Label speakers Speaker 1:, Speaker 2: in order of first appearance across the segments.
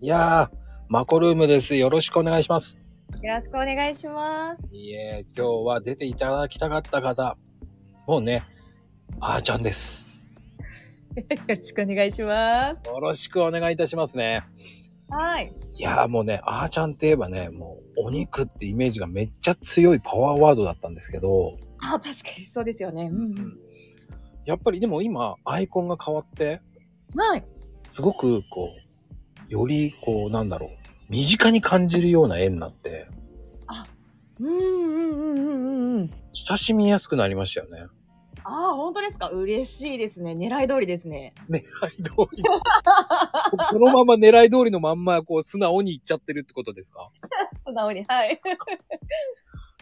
Speaker 1: いやー、マコルームです。よろしくお願いします。
Speaker 2: よろしくお願いします。
Speaker 1: いえ、今日は出ていただきたかった方、もうね、あーちゃんです。
Speaker 2: よろしくお願いします。
Speaker 1: よろしくお願いいたしますね。
Speaker 2: はい。
Speaker 1: いやーもうね、あーちゃんって言えばね、もうお肉ってイメージがめっちゃ強いパワーワードだったんですけど、
Speaker 2: あ、確かにそうですよね。うん、
Speaker 1: やっぱりでも今、アイコンが変わって、
Speaker 2: うん。はい。
Speaker 1: すごくこう、よりこう、なんだろう、身近に感じるような絵になって、
Speaker 2: うんうんうんうんうん。
Speaker 1: 親しみやすくなりましたよね。
Speaker 2: ああ、本当ですか嬉しいですね。狙い通りですね。
Speaker 1: 狙い通り。 そのまま狙い通りのまんま、こう、素直に行っちゃってるってことですか
Speaker 2: 素直に。はい。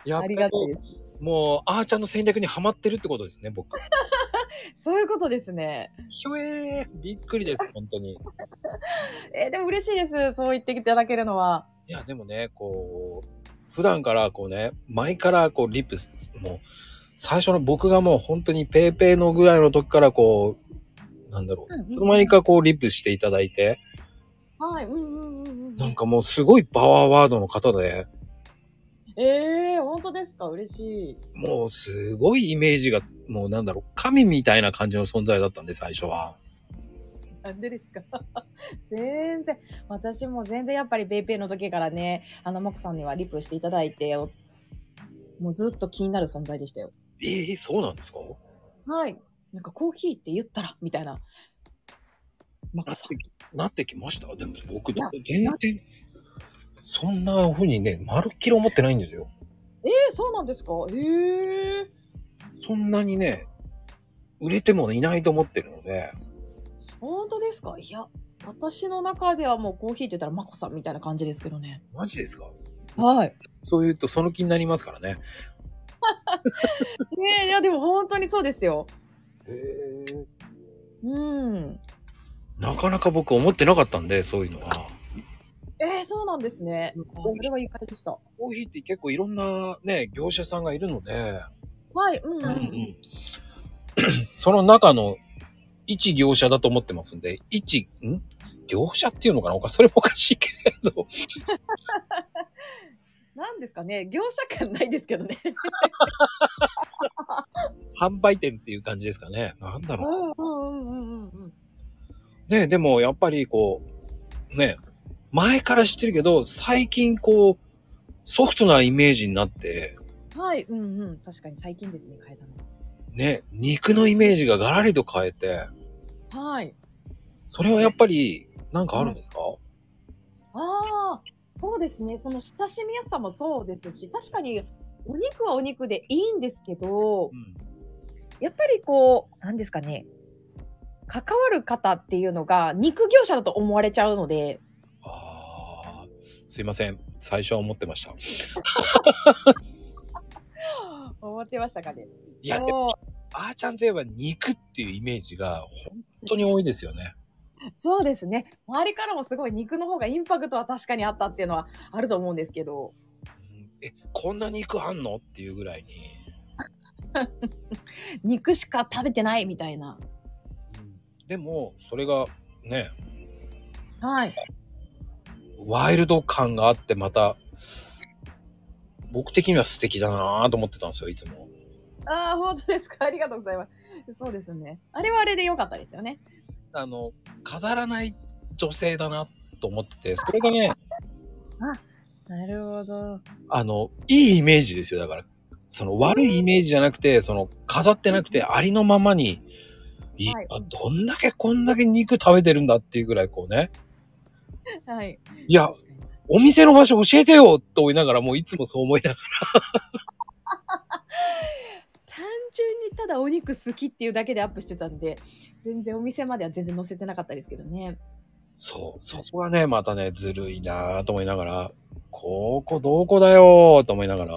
Speaker 1: やっ
Speaker 2: あ
Speaker 1: ぱ
Speaker 2: り
Speaker 1: り
Speaker 2: がたいです。
Speaker 1: もう、あーちゃんの戦略にはまってるってことですね、僕。
Speaker 2: そういうことですね。
Speaker 1: ひょえー、びっくりです、本当に。い
Speaker 2: えーでも嬉しいです。そう言っていただけるのは。
Speaker 1: や、でもね、こう、普段からこうね、前からこう、リップス、もう、最初の僕がもう本当にペーペーのぐらいの時からこう、なんだろ
Speaker 2: うんうんう
Speaker 1: う、
Speaker 2: ん
Speaker 1: その間にかこう、リップしていただいて、
Speaker 2: はい。うんうんうんう
Speaker 1: なん
Speaker 2: ん。
Speaker 1: かもうすごいパワーワードの方で、
Speaker 2: ええー、本当ですか嬉しい。
Speaker 1: もうすごいイメージが、もうなんだろう、神みたいな感じの存在だったんで、最初は。
Speaker 2: なんでですか 全然。私も全然やっぱりペイペイの時からね、あの、モクさんにはリプしていただいて、もうずっと気になる存在でしたよ。
Speaker 1: ええそうなんですか
Speaker 2: はい。なんかコーヒーって言ったら、みたいな。マックさん。
Speaker 1: なってきましたでも僕、
Speaker 2: いや
Speaker 1: 全然、そんな風にね、まるっきり思ってないんですよ。
Speaker 2: ええそうなんですかええ
Speaker 1: そんなにね、売れてもいないと思ってるので、
Speaker 2: 本当ですかいや、私の中ではもうコーヒーって言ったらマコさんみたいな感じですけどね。
Speaker 1: マジですか
Speaker 2: はい。
Speaker 1: そう言うとその気になりますからね。
Speaker 2: ねえ、いやでも本当にそうですよ。
Speaker 1: へえ。
Speaker 2: うん。
Speaker 1: なかなか僕思ってなかったんで、そういうのは。
Speaker 2: ええそうなんですね。あそれは意外でした。
Speaker 1: コーヒーって結構いろんなね、業者さんがいるので、
Speaker 2: はい、うん、
Speaker 1: う
Speaker 2: うん。
Speaker 1: うんんその中の一業者だと思ってますんで、一、ん業者っていうのかなおかそれもおかしいけれど。
Speaker 2: なんですかね業者感ないですけどね。
Speaker 1: 販売店っていう感じですかね。なんだろ
Speaker 2: うんうんうんうんうん。
Speaker 1: う。ねでもやっぱりこう、ね前から知ってるけど、最近こう、ソフトなイメージになって、
Speaker 2: はい、うんうん。確かに最近ですね、変えたの。
Speaker 1: ね、肉のイメージがガラリと変えて、
Speaker 2: はい。
Speaker 1: それはやっぱり、なんかあるんですか、
Speaker 2: ああ、そうですね。その親しみやすさもそうですし、確かにお肉はお肉でいいんですけど、
Speaker 1: ん、
Speaker 2: やっぱりこう、なんですかね。関わる方っていうのが肉業者だと思われちゃうので、
Speaker 1: ああ、すいません。最初は思ってました。
Speaker 2: 思ってましたかね。
Speaker 1: いや、
Speaker 2: そう
Speaker 1: あーちゃんといえば肉っていうイメージが本当に多いですよね。
Speaker 2: そうですね。周りからもすごい肉の方がインパクトは確かにあったっていうのはあると思うんですけど。
Speaker 1: うんえ、こんな肉あんのっていうぐらいに。
Speaker 2: 肉しか食べてないみたいな。
Speaker 1: でも、それがね、
Speaker 2: はい。
Speaker 1: ワイルド感があってまた、僕的には素敵だなぁと思ってたんですよ、いつも。
Speaker 2: ああ、本当ですか。ありがとうございます。そうですね。あれはあれで良かったですよね。
Speaker 1: あの、飾らない女性だなと思ってて、それがね、
Speaker 2: なるほど。
Speaker 1: あの、いいイメージですよ、だから。その悪いイメージじゃなくて、その飾ってなくてありのままに、い
Speaker 2: はい
Speaker 1: あどんだけこんだけ肉食べてるんだっていうぐらいこうね。
Speaker 2: はい。
Speaker 1: いや、お店の場所教えてよと思いながら、もういつもそう思いながら。
Speaker 2: 単純にただお肉好きっていうだけでアップしてたんで、全然お店までは全然載せてなかったですけどね。
Speaker 1: そう、そこはね、またね、ずるいなぁと思いながら、ここどこだよーと思いながら。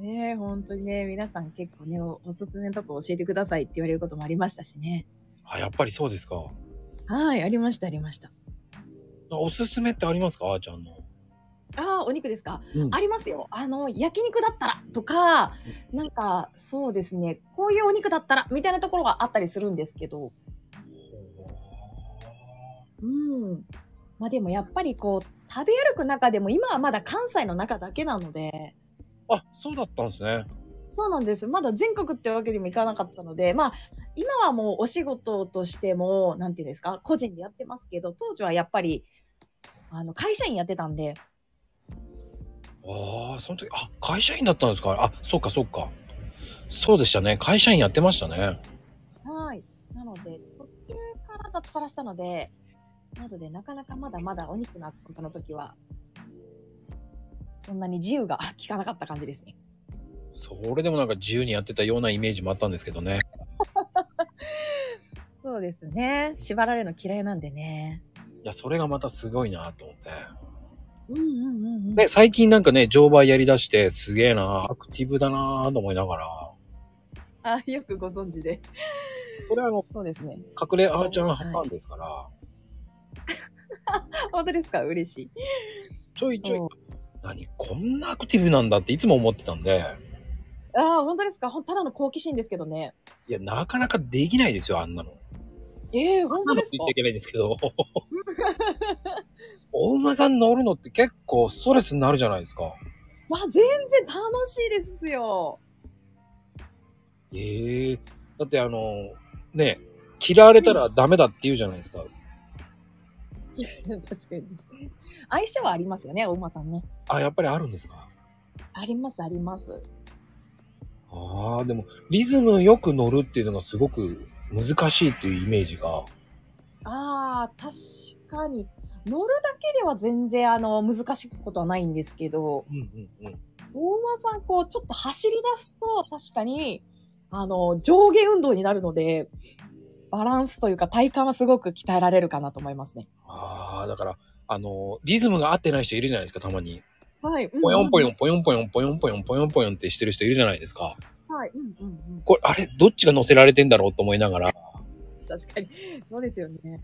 Speaker 2: ねえ、本当にね、皆さん結構ね、おおすすめのとこ教えてくださいって言われることもありましたしね。
Speaker 1: あ、やっぱりそうですか。
Speaker 2: はい、ありました、ありました。
Speaker 1: おすすめってありますかあーちゃんの。
Speaker 2: ああ、お肉ですか
Speaker 1: うん
Speaker 2: ありますよ。あの、焼肉だったらとか、なんか、そうですね、こういうお肉だったらみたいなところがあったりするんですけど、うん。まあでもやっぱりこう、食べ歩く中でも今はまだ関西の中だけなので、
Speaker 1: あ、そうだったんですね。
Speaker 2: そうなんです。まだ全国ってわけにもいかなかったので、まあ、今はもうお仕事としても、なんていうんですか、個人でやってますけど、当時はやっぱり、あの、会社員やってたんで、
Speaker 1: ああ、その時、あ、会社員だったんですか。あ、そっかそっか。そうでしたね。会社員やってましたね。
Speaker 2: はい。なので、途中から脱サラしたので、なので、なかなかまだまだお肉の扱いの時は、そんなに自由が効かなかった感じですね。
Speaker 1: それでもなんか自由にやってたようなイメージもあったんですけどね。
Speaker 2: そうですね。縛られるの嫌いなんでね。
Speaker 1: いや、それがまたすごいなと思って。
Speaker 2: うんうんうんうん。
Speaker 1: で、最近なんかね、乗馬やりだして、すげえなアクティブだなと思いながら。
Speaker 2: あ、よくご存知で。
Speaker 1: これはあの、
Speaker 2: そうですね。
Speaker 1: 隠れあーちゃんファンですから、
Speaker 2: 本当ですか嬉しい。
Speaker 1: ちょいちょい
Speaker 2: そう、
Speaker 1: 何、こんなアクティブなんだっていつも思ってたんで、
Speaker 2: ああ、本当ですかほんただの好奇心ですけどね。
Speaker 1: いや、なかなかできないですよ、あんなの。
Speaker 2: ええ本
Speaker 1: なの
Speaker 2: 当で
Speaker 1: って
Speaker 2: す
Speaker 1: 言
Speaker 2: か
Speaker 1: っちゃいけないんですけ ど。お馬さん乗るのって結構ストレスになるじゃないですか。
Speaker 2: まあ、全然楽しいですよ。
Speaker 1: ええだってあの、ね、嫌われたらダメだって言うじゃないですか。
Speaker 2: 確かに。相性はありますよね、お馬さんね。
Speaker 1: あ、やっぱりあるんですか。
Speaker 2: あります、あります。
Speaker 1: ああ、でも、リズムよく乗るっていうのがすごく難しいっていうイメージが。
Speaker 2: ああ、確かに。乗るだけでは全然、あの、難しいことはないんですけど、
Speaker 1: うんうんうん。
Speaker 2: 大馬さん、こう、ちょっと走り出すと、確かに、あの、上下運動になるので、バランスというか体幹はすごく鍛えられるかなと思いますね。
Speaker 1: ああ、だから、あの、リズムが合ってない人いるじゃないですか、たまに。
Speaker 2: はい。
Speaker 1: ぽよんぽよ
Speaker 2: ん。
Speaker 1: んぽよんぽよんぽよんぽよんぽよんぽよんってしてる人いるじゃないですか。
Speaker 2: はい。うんうんうん。
Speaker 1: これ、あれ、どっちが乗せられてんだろうと思いながら。
Speaker 2: 確かに。 そうですよね。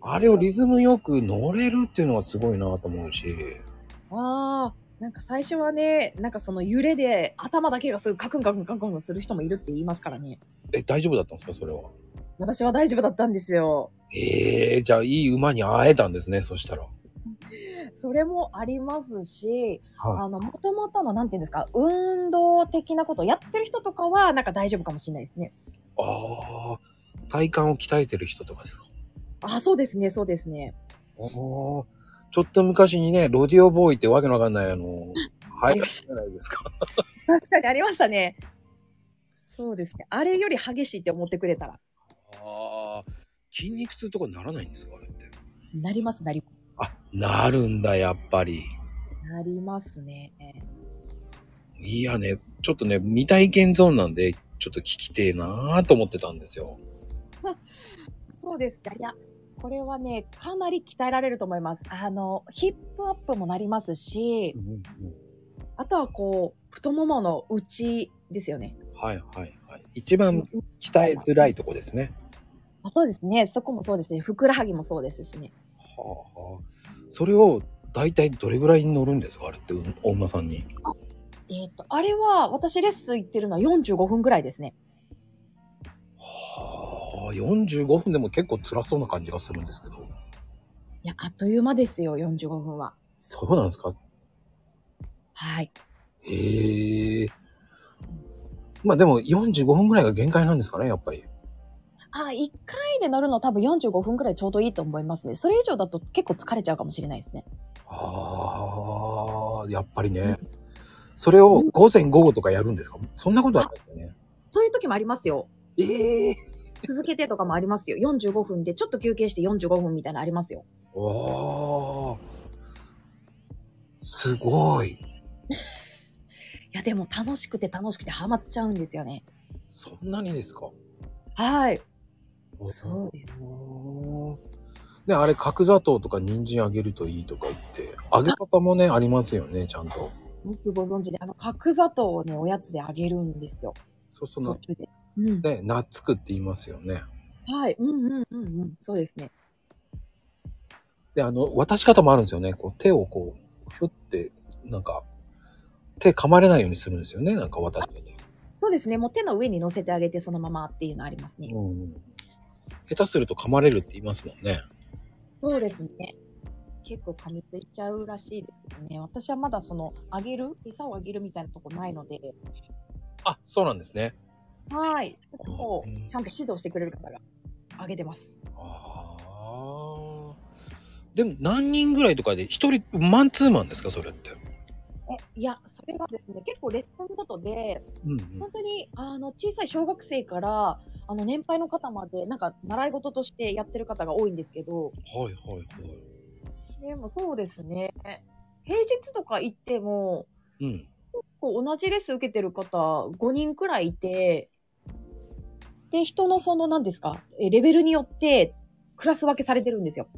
Speaker 1: あれをリズムよく乗れるっていうのがすごいなと思うし。
Speaker 2: ああ、なんか最初はね、なんかその揺れで頭だけがすぐカクンカクンカクンカクンする人もいるって言いますからね。
Speaker 1: え、大丈夫だったんですかそれは。
Speaker 2: 私は大丈夫だったんですよ。
Speaker 1: ええじゃあいい馬に会えたんですね、そしたら。
Speaker 2: それもありますし、
Speaker 1: は
Speaker 2: あの、もともとの、なんていうんですか、運動的なことをやってる人とかは、なんか大丈夫かもしれないですね。
Speaker 1: い。ああ、体幹を鍛えてる人とかですか
Speaker 2: あ、そうですね、そうですね。
Speaker 1: おおーちょっと昔にね、ロディオボーイってわけのわかんない、あの、
Speaker 2: あ
Speaker 1: は
Speaker 2: り
Speaker 1: い、
Speaker 2: ま
Speaker 1: じゃないですか。
Speaker 2: 確かにありましたね。そうですね。あれより激しいって思ってくれたら、
Speaker 1: ああ、筋肉痛とかならないんですかあれって。
Speaker 2: なります、なります。
Speaker 1: あ、なるんだ、やっぱり。
Speaker 2: なりますね。
Speaker 1: いやね、ちょっとね、未体験ゾーンなんで、ちょっと聞きてえなーと思ってたんですよ。
Speaker 2: そうですか。いや、これはね、かなり鍛えられると思います。あの、ヒップアップもなりますし、あとはこう、太ももの内ですよね。
Speaker 1: はいはいはい。一番鍛えづらいとこですね。
Speaker 2: あそうですね。そこもそうですね。ふくらはぎもそうですしね。
Speaker 1: はあはあ。それを大体どれぐらいに乗るんですかあれって、うんお馬さんに。
Speaker 2: えっ、と、あれは、私レッスン行ってるのは45分ぐらいですね。
Speaker 1: はあ、45分でも結構辛そうな感じがするんですけど。
Speaker 2: いや、あっという間ですよ、45分は。
Speaker 1: そうなんですか
Speaker 2: はい。
Speaker 1: へえ。まあでも45分ぐらいが限界なんですかね、やっぱり。
Speaker 2: あ、1回で乗るの多分45分ぐらいちょうどいいと思いますね。それ以上だと結構疲れちゃうかもしれないですね。
Speaker 1: ああ、やっぱりね。それを午前午後とかやるんですかそんなことはないですよね。
Speaker 2: そういう時もありますよ。
Speaker 1: ええ
Speaker 2: 続けてとかもありますよ。45分で、ちょっと休憩して45分みたいなのありますよ。
Speaker 1: ー。わあ。すごい。
Speaker 2: いや、でも楽しくて楽しくてハマっちゃうんですよね。
Speaker 1: そんなにですか
Speaker 2: はい。
Speaker 1: う
Speaker 2: そうです。。
Speaker 1: ね、あれ、角砂糖とか人参あげるといいとか言って、揚げ方もね、ありますよね、ちゃんと。
Speaker 2: よくご存知で、あの、角砂糖をね、おやつであげるんですよ。
Speaker 1: そうする
Speaker 2: 途
Speaker 1: と、
Speaker 2: 中で。うん。
Speaker 1: ね、なっつくって言いますよね。
Speaker 2: はい。うんうんうんうん。そうですね。
Speaker 1: で、あの、渡し方もあるんですよね。こう、手をこう、ひょって、なんか、手噛まれないようにするんですよね、なんか渡し方。
Speaker 2: そうですね。もう手の上に乗せてあげて、そのままっていうのありますね。
Speaker 1: うん。下手すると噛まれるって言いますもんね。
Speaker 2: そうですね。結構噛みついちゃうらしいですね。私はまだその、あげる餌をあげるみたいなとこないので、
Speaker 1: あ、そうなんですね。
Speaker 2: はい。そこをちゃんと指導してくれる方があげてます。
Speaker 1: ああ。でも何人ぐらいとかで、一人、マンツーマンですか、それって。
Speaker 2: え、いや、それがですね、結構レッスンごとで、
Speaker 1: うん、うん。
Speaker 2: 本当に、あの、小さい小学生から、あの、年配の方まで、なんか、習い事としてやってる方が多いんですけど、
Speaker 1: はいはいはい。
Speaker 2: でもそうですね。平日とか行っても、
Speaker 1: うん。
Speaker 2: こう同じレッスン受けてる方5人くらいいて、で、人のその何ですか、えレベルによってクラス分けされてるんですよ。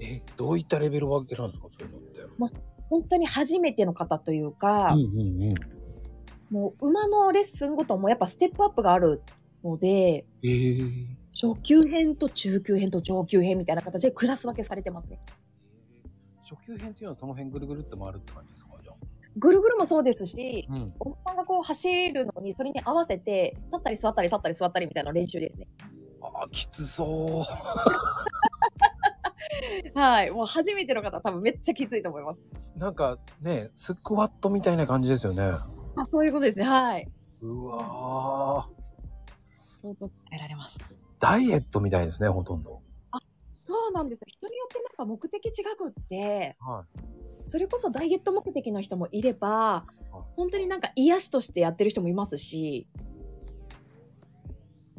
Speaker 1: え、どういったレベル分けなんですか、そういうのって。
Speaker 2: 本当に初めての方というか、
Speaker 1: んうんうん。
Speaker 2: もう馬のレッスンごともやっぱステップアップがあるので、
Speaker 1: えー。
Speaker 2: 初級編と中級編と上級編みたいな形でクラス分けされてますね。
Speaker 1: 初級編っていうのはその辺ぐるぐるって回るって感じですかじゃあ。
Speaker 2: ぐるぐるもそうですし、
Speaker 1: うん。
Speaker 2: お子さんがこう走るのに、それに合わせて、立ったり座ったり立ったり座ったりみたいな練習ですね。
Speaker 1: あー、きつそう。
Speaker 2: はい。もう初めての方多分めっちゃきついと思います。
Speaker 1: なんかね、スクワットみたいな感じですよね。
Speaker 2: あ、そういうことですね。はい。
Speaker 1: うわー。
Speaker 2: 相当耐えられます。
Speaker 1: ダイエットみたいですね、ほとんど。
Speaker 2: そうなんですよ。人によってなんか目的違くって、
Speaker 1: は
Speaker 2: それこそダイエット目的の人もいれば、本当になんか癒しとしてやってる人もいますし、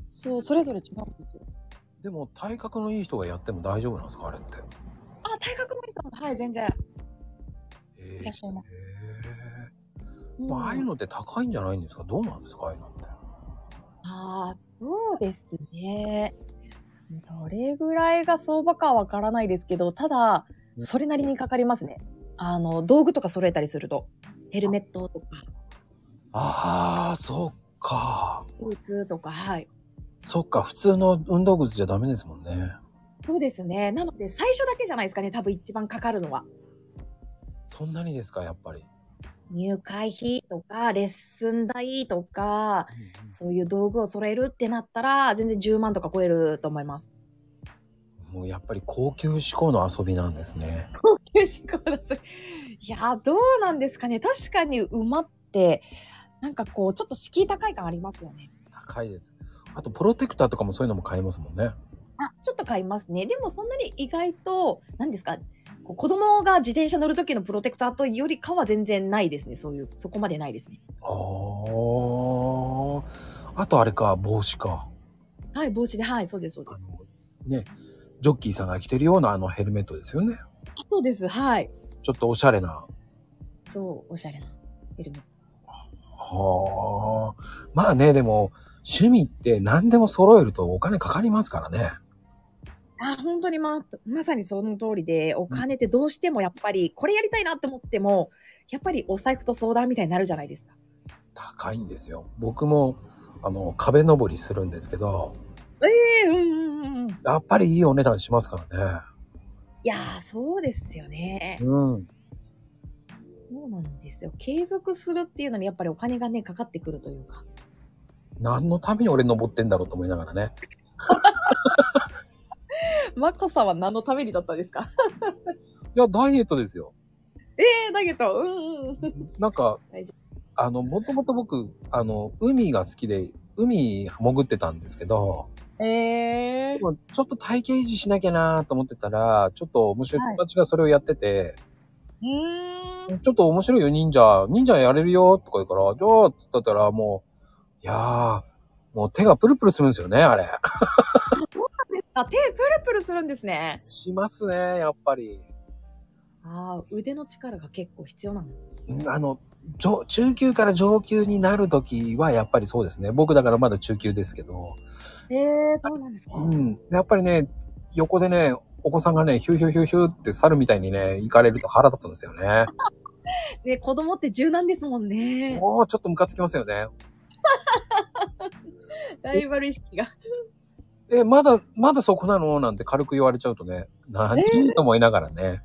Speaker 2: そう、それぞれ違うんですよ。
Speaker 1: い。でも、体格のいい人がやっても大丈夫なんですかあれって。
Speaker 2: あ、体格の人も、はい、全然。
Speaker 1: え
Speaker 2: いらっしゃいま
Speaker 1: え
Speaker 2: うん
Speaker 1: まあ、ああいうのって高いんじゃないんですかどうなんですかああいうのって。
Speaker 2: ああ、そうですね。どれぐらいが相場かわからないですけど、ただ、それなりにかかりますね。あの、道具とか揃えたりすると。ヘルメットとか、
Speaker 1: ああ、そっか。
Speaker 2: ブーツとか、はい。
Speaker 1: そっか、普通の運動靴じゃダメですもんね。
Speaker 2: そうですね。なので、最初だけじゃないですかね、多分一番かかるのは。
Speaker 1: そんなにですかやっぱり。
Speaker 2: 入会費とか、レッスン代とか、そういう道具を揃えるってなったら、全然10万とか超えると思い ます。
Speaker 1: もうやっぱり高級志向の遊びなんですね。
Speaker 2: よしこだぜいや、どうなんですかね。確かに馬って、なんかこう、ちょっと敷居高い感ありますよね。
Speaker 1: 高いです。あと、プロテクターとかもそういうのも買えますもんね。
Speaker 2: あ、ちょっと買いますね。でもそんなに意外と、何ですか、こう子供が自転車乗る時のプロテクターとよりかは全然ないですね。そういう、そこまでないですね。
Speaker 1: あーあとあれか、帽子か。
Speaker 2: はい、帽子で、はい、そうです、そうで
Speaker 1: あ
Speaker 2: す。
Speaker 1: の、ね、ジョッキーさんが着てるようなあのヘルメットですよね。
Speaker 2: あそうです、はい。
Speaker 1: ちょっとおしゃれな。
Speaker 2: そう、おしゃれなヘルメット。
Speaker 1: はあ。まあね、でも、趣味って何でも揃えるとお金かかりますからね。
Speaker 2: あ、本当にま、まさにその通りで、お金ってどうしてもやっぱり、これやりたいなって思っても、やっぱりお財布と相談みたいになるじゃないですか。
Speaker 1: 高いんですよ。僕も、あの、壁登りするんですけど、
Speaker 2: ええうんうんうんうん。
Speaker 1: やっぱりいいお値段しますからね。
Speaker 2: いやー、そうですよね。
Speaker 1: うん。
Speaker 2: そうなんですよ。継続するっていうのにやっぱりお金がね、かかってくるというか。
Speaker 1: 何のために俺登ってんだろうと思いながらね。
Speaker 2: マコさんは何のためにだったんですか
Speaker 1: いや、ダイエットですよ。
Speaker 2: えー、だけど、うんうんうん。
Speaker 1: なんか
Speaker 2: 大丈、
Speaker 1: あの、もともと僕、あの、海が好きで、海潜ってたんですけど、
Speaker 2: え
Speaker 1: でもちょっと体型維持しなきゃなと思ってたら、ちょっと面白い友達がそれをやってて、
Speaker 2: うーん。
Speaker 1: ちょっと面白いよ、忍者。忍者やれるよ、とか言うから、じゃあ、つったら、もう、いやー、もう手がプルプルするんですよね、あれ。
Speaker 2: あ、手プルプルするんですね。
Speaker 1: しますね、やっぱり。
Speaker 2: ああ、腕の力が結構必要なんです。
Speaker 1: うんあの、上中級から上級になるときは、やっぱりそうですね。僕だからまだ中級ですけど、
Speaker 2: ええそうなんですか。
Speaker 1: うん。やっぱりね、横でね、お子さんがね、ヒューヒューヒューヒューって猿みたいにね、行かれると腹立つんですよね。
Speaker 2: ね、子供って柔軟ですもんね。
Speaker 1: もうちょっとムカつきますよね。
Speaker 2: ライバル意識が。
Speaker 1: え、まだ、まだそこなのなんて軽く言われちゃうとね、何、
Speaker 2: え
Speaker 1: と思いながらね。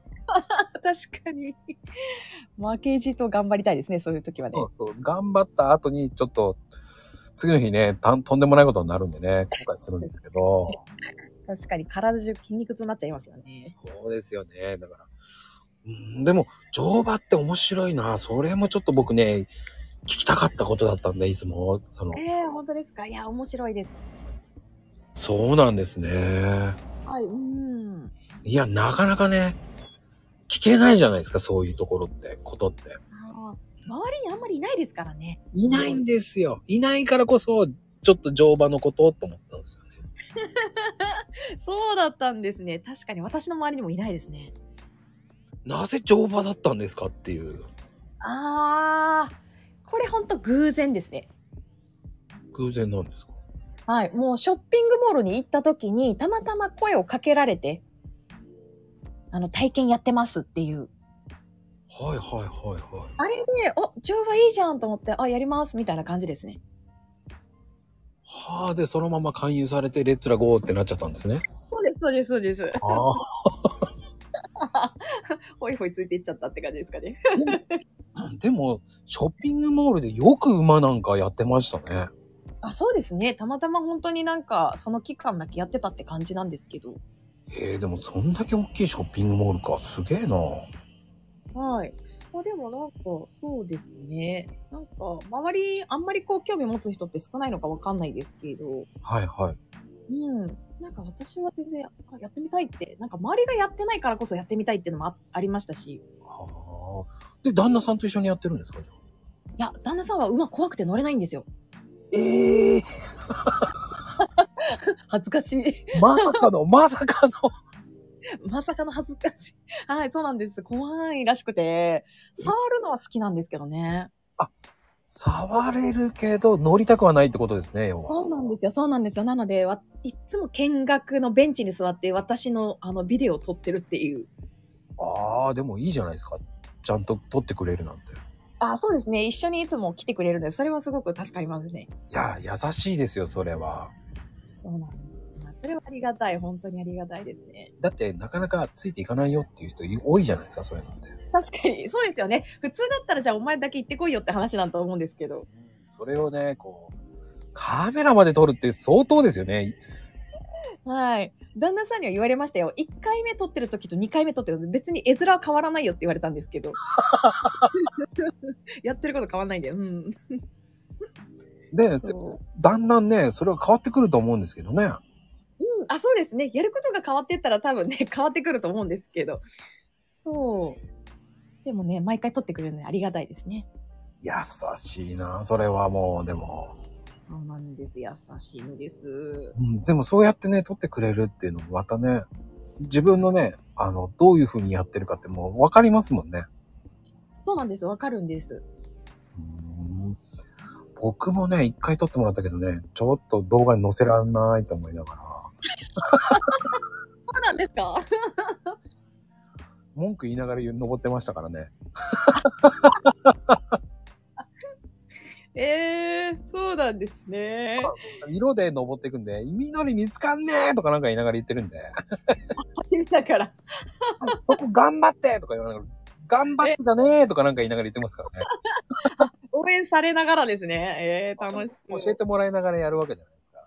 Speaker 2: 確かに。負けじと頑張りたいですね、そういう時はね
Speaker 1: そ。うそう。頑張った後に、ちょっと、次の日ねたん、とんでもないことになるんでね、後悔するんですけど、
Speaker 2: 確かに体中筋肉痛になっちゃいますよね。
Speaker 1: そうですよね。だから。うん、でも、乗馬って面白いな。それもちょっと僕ね、聞きたかったことだったんで、いつも。その
Speaker 2: え、え本当ですかいや、面白いです。
Speaker 1: そうなんですね。
Speaker 2: はい、うん。
Speaker 1: いや、なかなかね、聞けないじゃないですか、そういうところって、ことって。
Speaker 2: あー周りにあんまりいないですからね。
Speaker 1: いないんですよ。いないからこそ、ちょっと乗馬のことと思ったんですよね。
Speaker 2: そうだったんですね。確かに私の周りにもいないですね。
Speaker 1: なぜ乗馬だったんですかっていう。
Speaker 2: あー、これほんと偶然ですね。
Speaker 1: 偶然なんですか
Speaker 2: はい、もうショッピングモールに行った時に、たまたま声をかけられて、あの、体験やってますっていう。
Speaker 1: はいはいはいはい。
Speaker 2: あれで、お、乗馬いいじゃんと思って、あ、やりますみたいな感じですね。
Speaker 1: はあ、で、そのまま勧誘されて、レッツラゴーってなっちゃったんですね。
Speaker 2: そうです、そうです、そうです。
Speaker 1: ああ。
Speaker 2: ほいほいついていっちゃったって感じですかね。
Speaker 1: でも、ショッピングモールでよく馬なんかやってましたね。
Speaker 2: あ、そうですね。たまたま本当になんか、その期間だけやってたって感じなんですけど。
Speaker 1: えー、でもそんだけ大きいショッピングモールか。すげえな。
Speaker 2: はい。まあでもなんか、そうですね。なんか、周り、あんまりこう、興味持つ人って少ないのかわかんないですけど、
Speaker 1: はいはい。
Speaker 2: うん。なんか私は全然、あやってみたいって、なんか周りがやってないからこそやってみたいっていうのもあありましたし、
Speaker 1: はあ。で、旦那さんと一緒にやってるんですかじゃあ
Speaker 2: いや、旦那さんは馬怖くて乗れないんですよ。
Speaker 1: ええ
Speaker 2: 恥ずかしい。
Speaker 1: ー、まさかの、 まさかの。
Speaker 2: まさかの恥ずかしい。 はい、そうなんです。怖いらしくて、触るのは好きなんですけどね。
Speaker 1: 触れるけど、乗りたくはないってことですね、要は。
Speaker 2: そうなんですよ、そうなんですよ。なので、わいっつも見学のベンチに座って、私のあのビデオを撮ってるっていう。
Speaker 1: ああ、でもいいじゃないですか。ちゃんと撮ってくれるなんて。
Speaker 2: あ、そうですね。一緒にいつも来てくれるんで、それはすごく助かりますね。
Speaker 1: いや、優しいですよ、それは。
Speaker 2: そうなんです。まあそれはありがたい。本当にありがたいですね。
Speaker 1: だって、なかなかついていかないよっていう人多いじゃないですか、そういうのって。
Speaker 2: 確かに、そうですよね。普通だったら、じゃあお前だけ行ってこいよって話なんと思うんですけど。
Speaker 1: それをね、こう、カメラまで撮るって相当ですよね。
Speaker 2: はい。旦那さんには言われましたよ。1回目撮ってる時と2回目撮ってる時、別に絵面は変わらないよって言われたんですけど。 やってること変わらないんだよ。うん。
Speaker 1: で、
Speaker 2: そう
Speaker 1: だんだんね、それは変わってくると思うんですけどね。
Speaker 2: うんあ、そうですね。やることが変わっていったら多分ね、 変わってくると思うんですけど。そう。でもね、毎回撮ってくれるのでありがたいですね。
Speaker 1: 優しいな、それはもう、でも。
Speaker 2: そうなんです。優しいんです。
Speaker 1: うん、でもそうやってね、撮ってくれるっていうのもまたね、自分のね、あの、どういう風にやってるかってもうわかりますもんね。
Speaker 2: そうなんです。わかるんです。
Speaker 1: うん僕もね、一回撮ってもらったけどね、ちょっと動画に載せらんないと思いながら、
Speaker 2: そうなんですか
Speaker 1: 文句言いながら登ってましたからね。
Speaker 2: ええそうなんですね。
Speaker 1: 色で登っていくんで、緑見つかんねえとかなんか言いながら言ってるんで、
Speaker 2: だから、
Speaker 1: そこ頑張ってとか言わながら、頑張ってじゃねえとかなんか言いながら言ってますからね。
Speaker 2: 応援されながらですね。ええ楽しそう。
Speaker 1: 教えてもらいながらやるわけじゃないですか。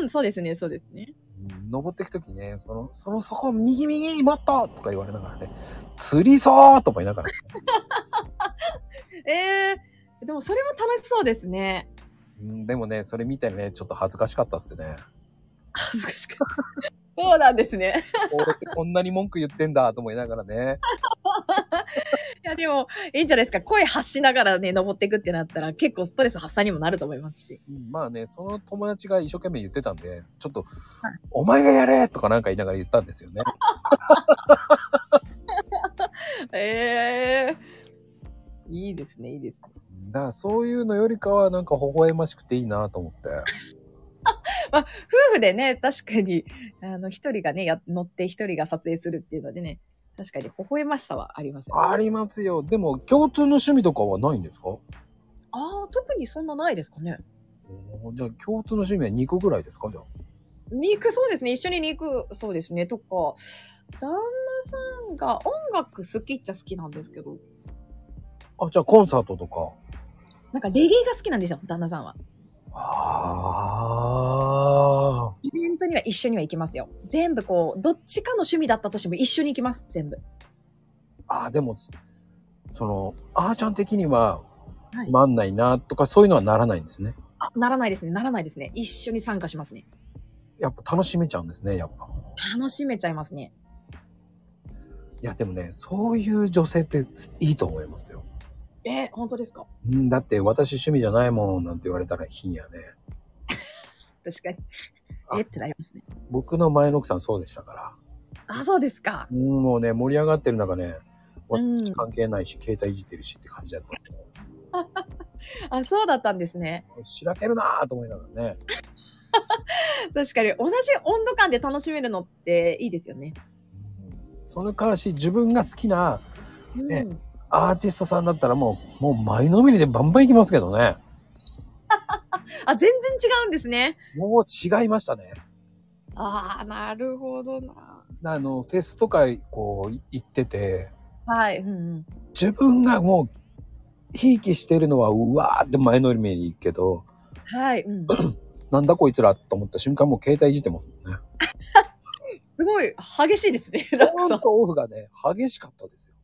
Speaker 2: うん、そうですね、そうですね。
Speaker 1: うん登っていくときにね、その、その、そこ、右右、もっととか言われながらね、釣りそうとか言いながら、
Speaker 2: ええでもそれも楽しそうですね。
Speaker 1: うんでもね、それ見てね、ちょっと恥ずかしかったっすね。
Speaker 2: 恥ずかしかった。そうなんですね。
Speaker 1: 俺ってこんなに文句言ってんだと思いながらね。
Speaker 2: いや、でも、いいんじゃないですか。声発しながらね、登っていくってなったら、結構ストレス発散にもなると思いますし。
Speaker 1: うんまあね、その友達が一生懸命言ってたんで、ちょっと、お前がやれとかなんか言いながら言ったんですよね。
Speaker 2: ええいいですね、いいですね。
Speaker 1: だからそういうのよりかはなんか微笑ましくていいなと思って。
Speaker 2: 夫婦でね、確かに、あの、一人がね、や乗って一人が撮影するっていうのでね、確かに微笑ましさはありますよね。
Speaker 1: ありますよ。でも共通の趣味とかはないんですか
Speaker 2: ああ、特にそんなないですかね。
Speaker 1: おーじゃあ共通の趣味は2個ぐらいですかじゃあ。
Speaker 2: 肉、そうですね。一緒に肉、そうですね。とか、旦那さんが音楽好きっちゃ好きなんですけど、
Speaker 1: あ、じゃあコンサートとか。
Speaker 2: なんかレゲエが好きなんですよ、旦那さんは。
Speaker 1: ああ。
Speaker 2: イベントには行一緒には行きますよ。全部こう、どっちかの趣味だったとしても一緒に行きます、全部。
Speaker 1: ああ、でも、その、あーちゃん的には、
Speaker 2: はい
Speaker 1: つまんないなとか、そういうのはならないんですね。
Speaker 2: あ、ならないですね、ならないですね。一緒に参加しますね。
Speaker 1: やっぱ楽しめちゃうんですね、やっぱ。
Speaker 2: 楽しめちゃいますね。
Speaker 1: いや、でもね、そういう女性っていいと思いますよ。
Speaker 2: えー本当ですか
Speaker 1: うん、だって私趣味じゃないもんなんて言われたら日にはね、
Speaker 2: 確かに
Speaker 1: あ。
Speaker 2: えってなりますね。
Speaker 1: 僕の前の奥さんそうでしたから。
Speaker 2: あ、そうですか。
Speaker 1: うん、もうね、盛り上がってる中ね、
Speaker 2: うん
Speaker 1: 私関係ないし、携帯いじってるしって感じだったんで、
Speaker 2: あ、そうだったんですね。
Speaker 1: しらけるなぁと思いながらね。
Speaker 2: 確かに、同じ温度感で楽しめるのっていいですよね。
Speaker 1: うんその代わし、自分が好きな
Speaker 2: うん。
Speaker 1: ねアーティストさんだったらもう、もう前のめりでバンバン行きますけどね。
Speaker 2: あ、全然違うんですね。
Speaker 1: もう違いましたね。
Speaker 2: ああ、なるほどな。
Speaker 1: あの、フェスとか、こう、行ってて、
Speaker 2: はい。うんうん。
Speaker 1: 自分がもう、ひいきしてるのは、うわーって前のめりに行くけど、
Speaker 2: はい。うん。 す
Speaker 1: なんだこいつらと思った瞬間もう携帯いじってますもんね。
Speaker 2: ごい、激しいですね。ラ
Speaker 1: オ
Speaker 2: クさん
Speaker 1: ン。とオフがね、激しかったですよ。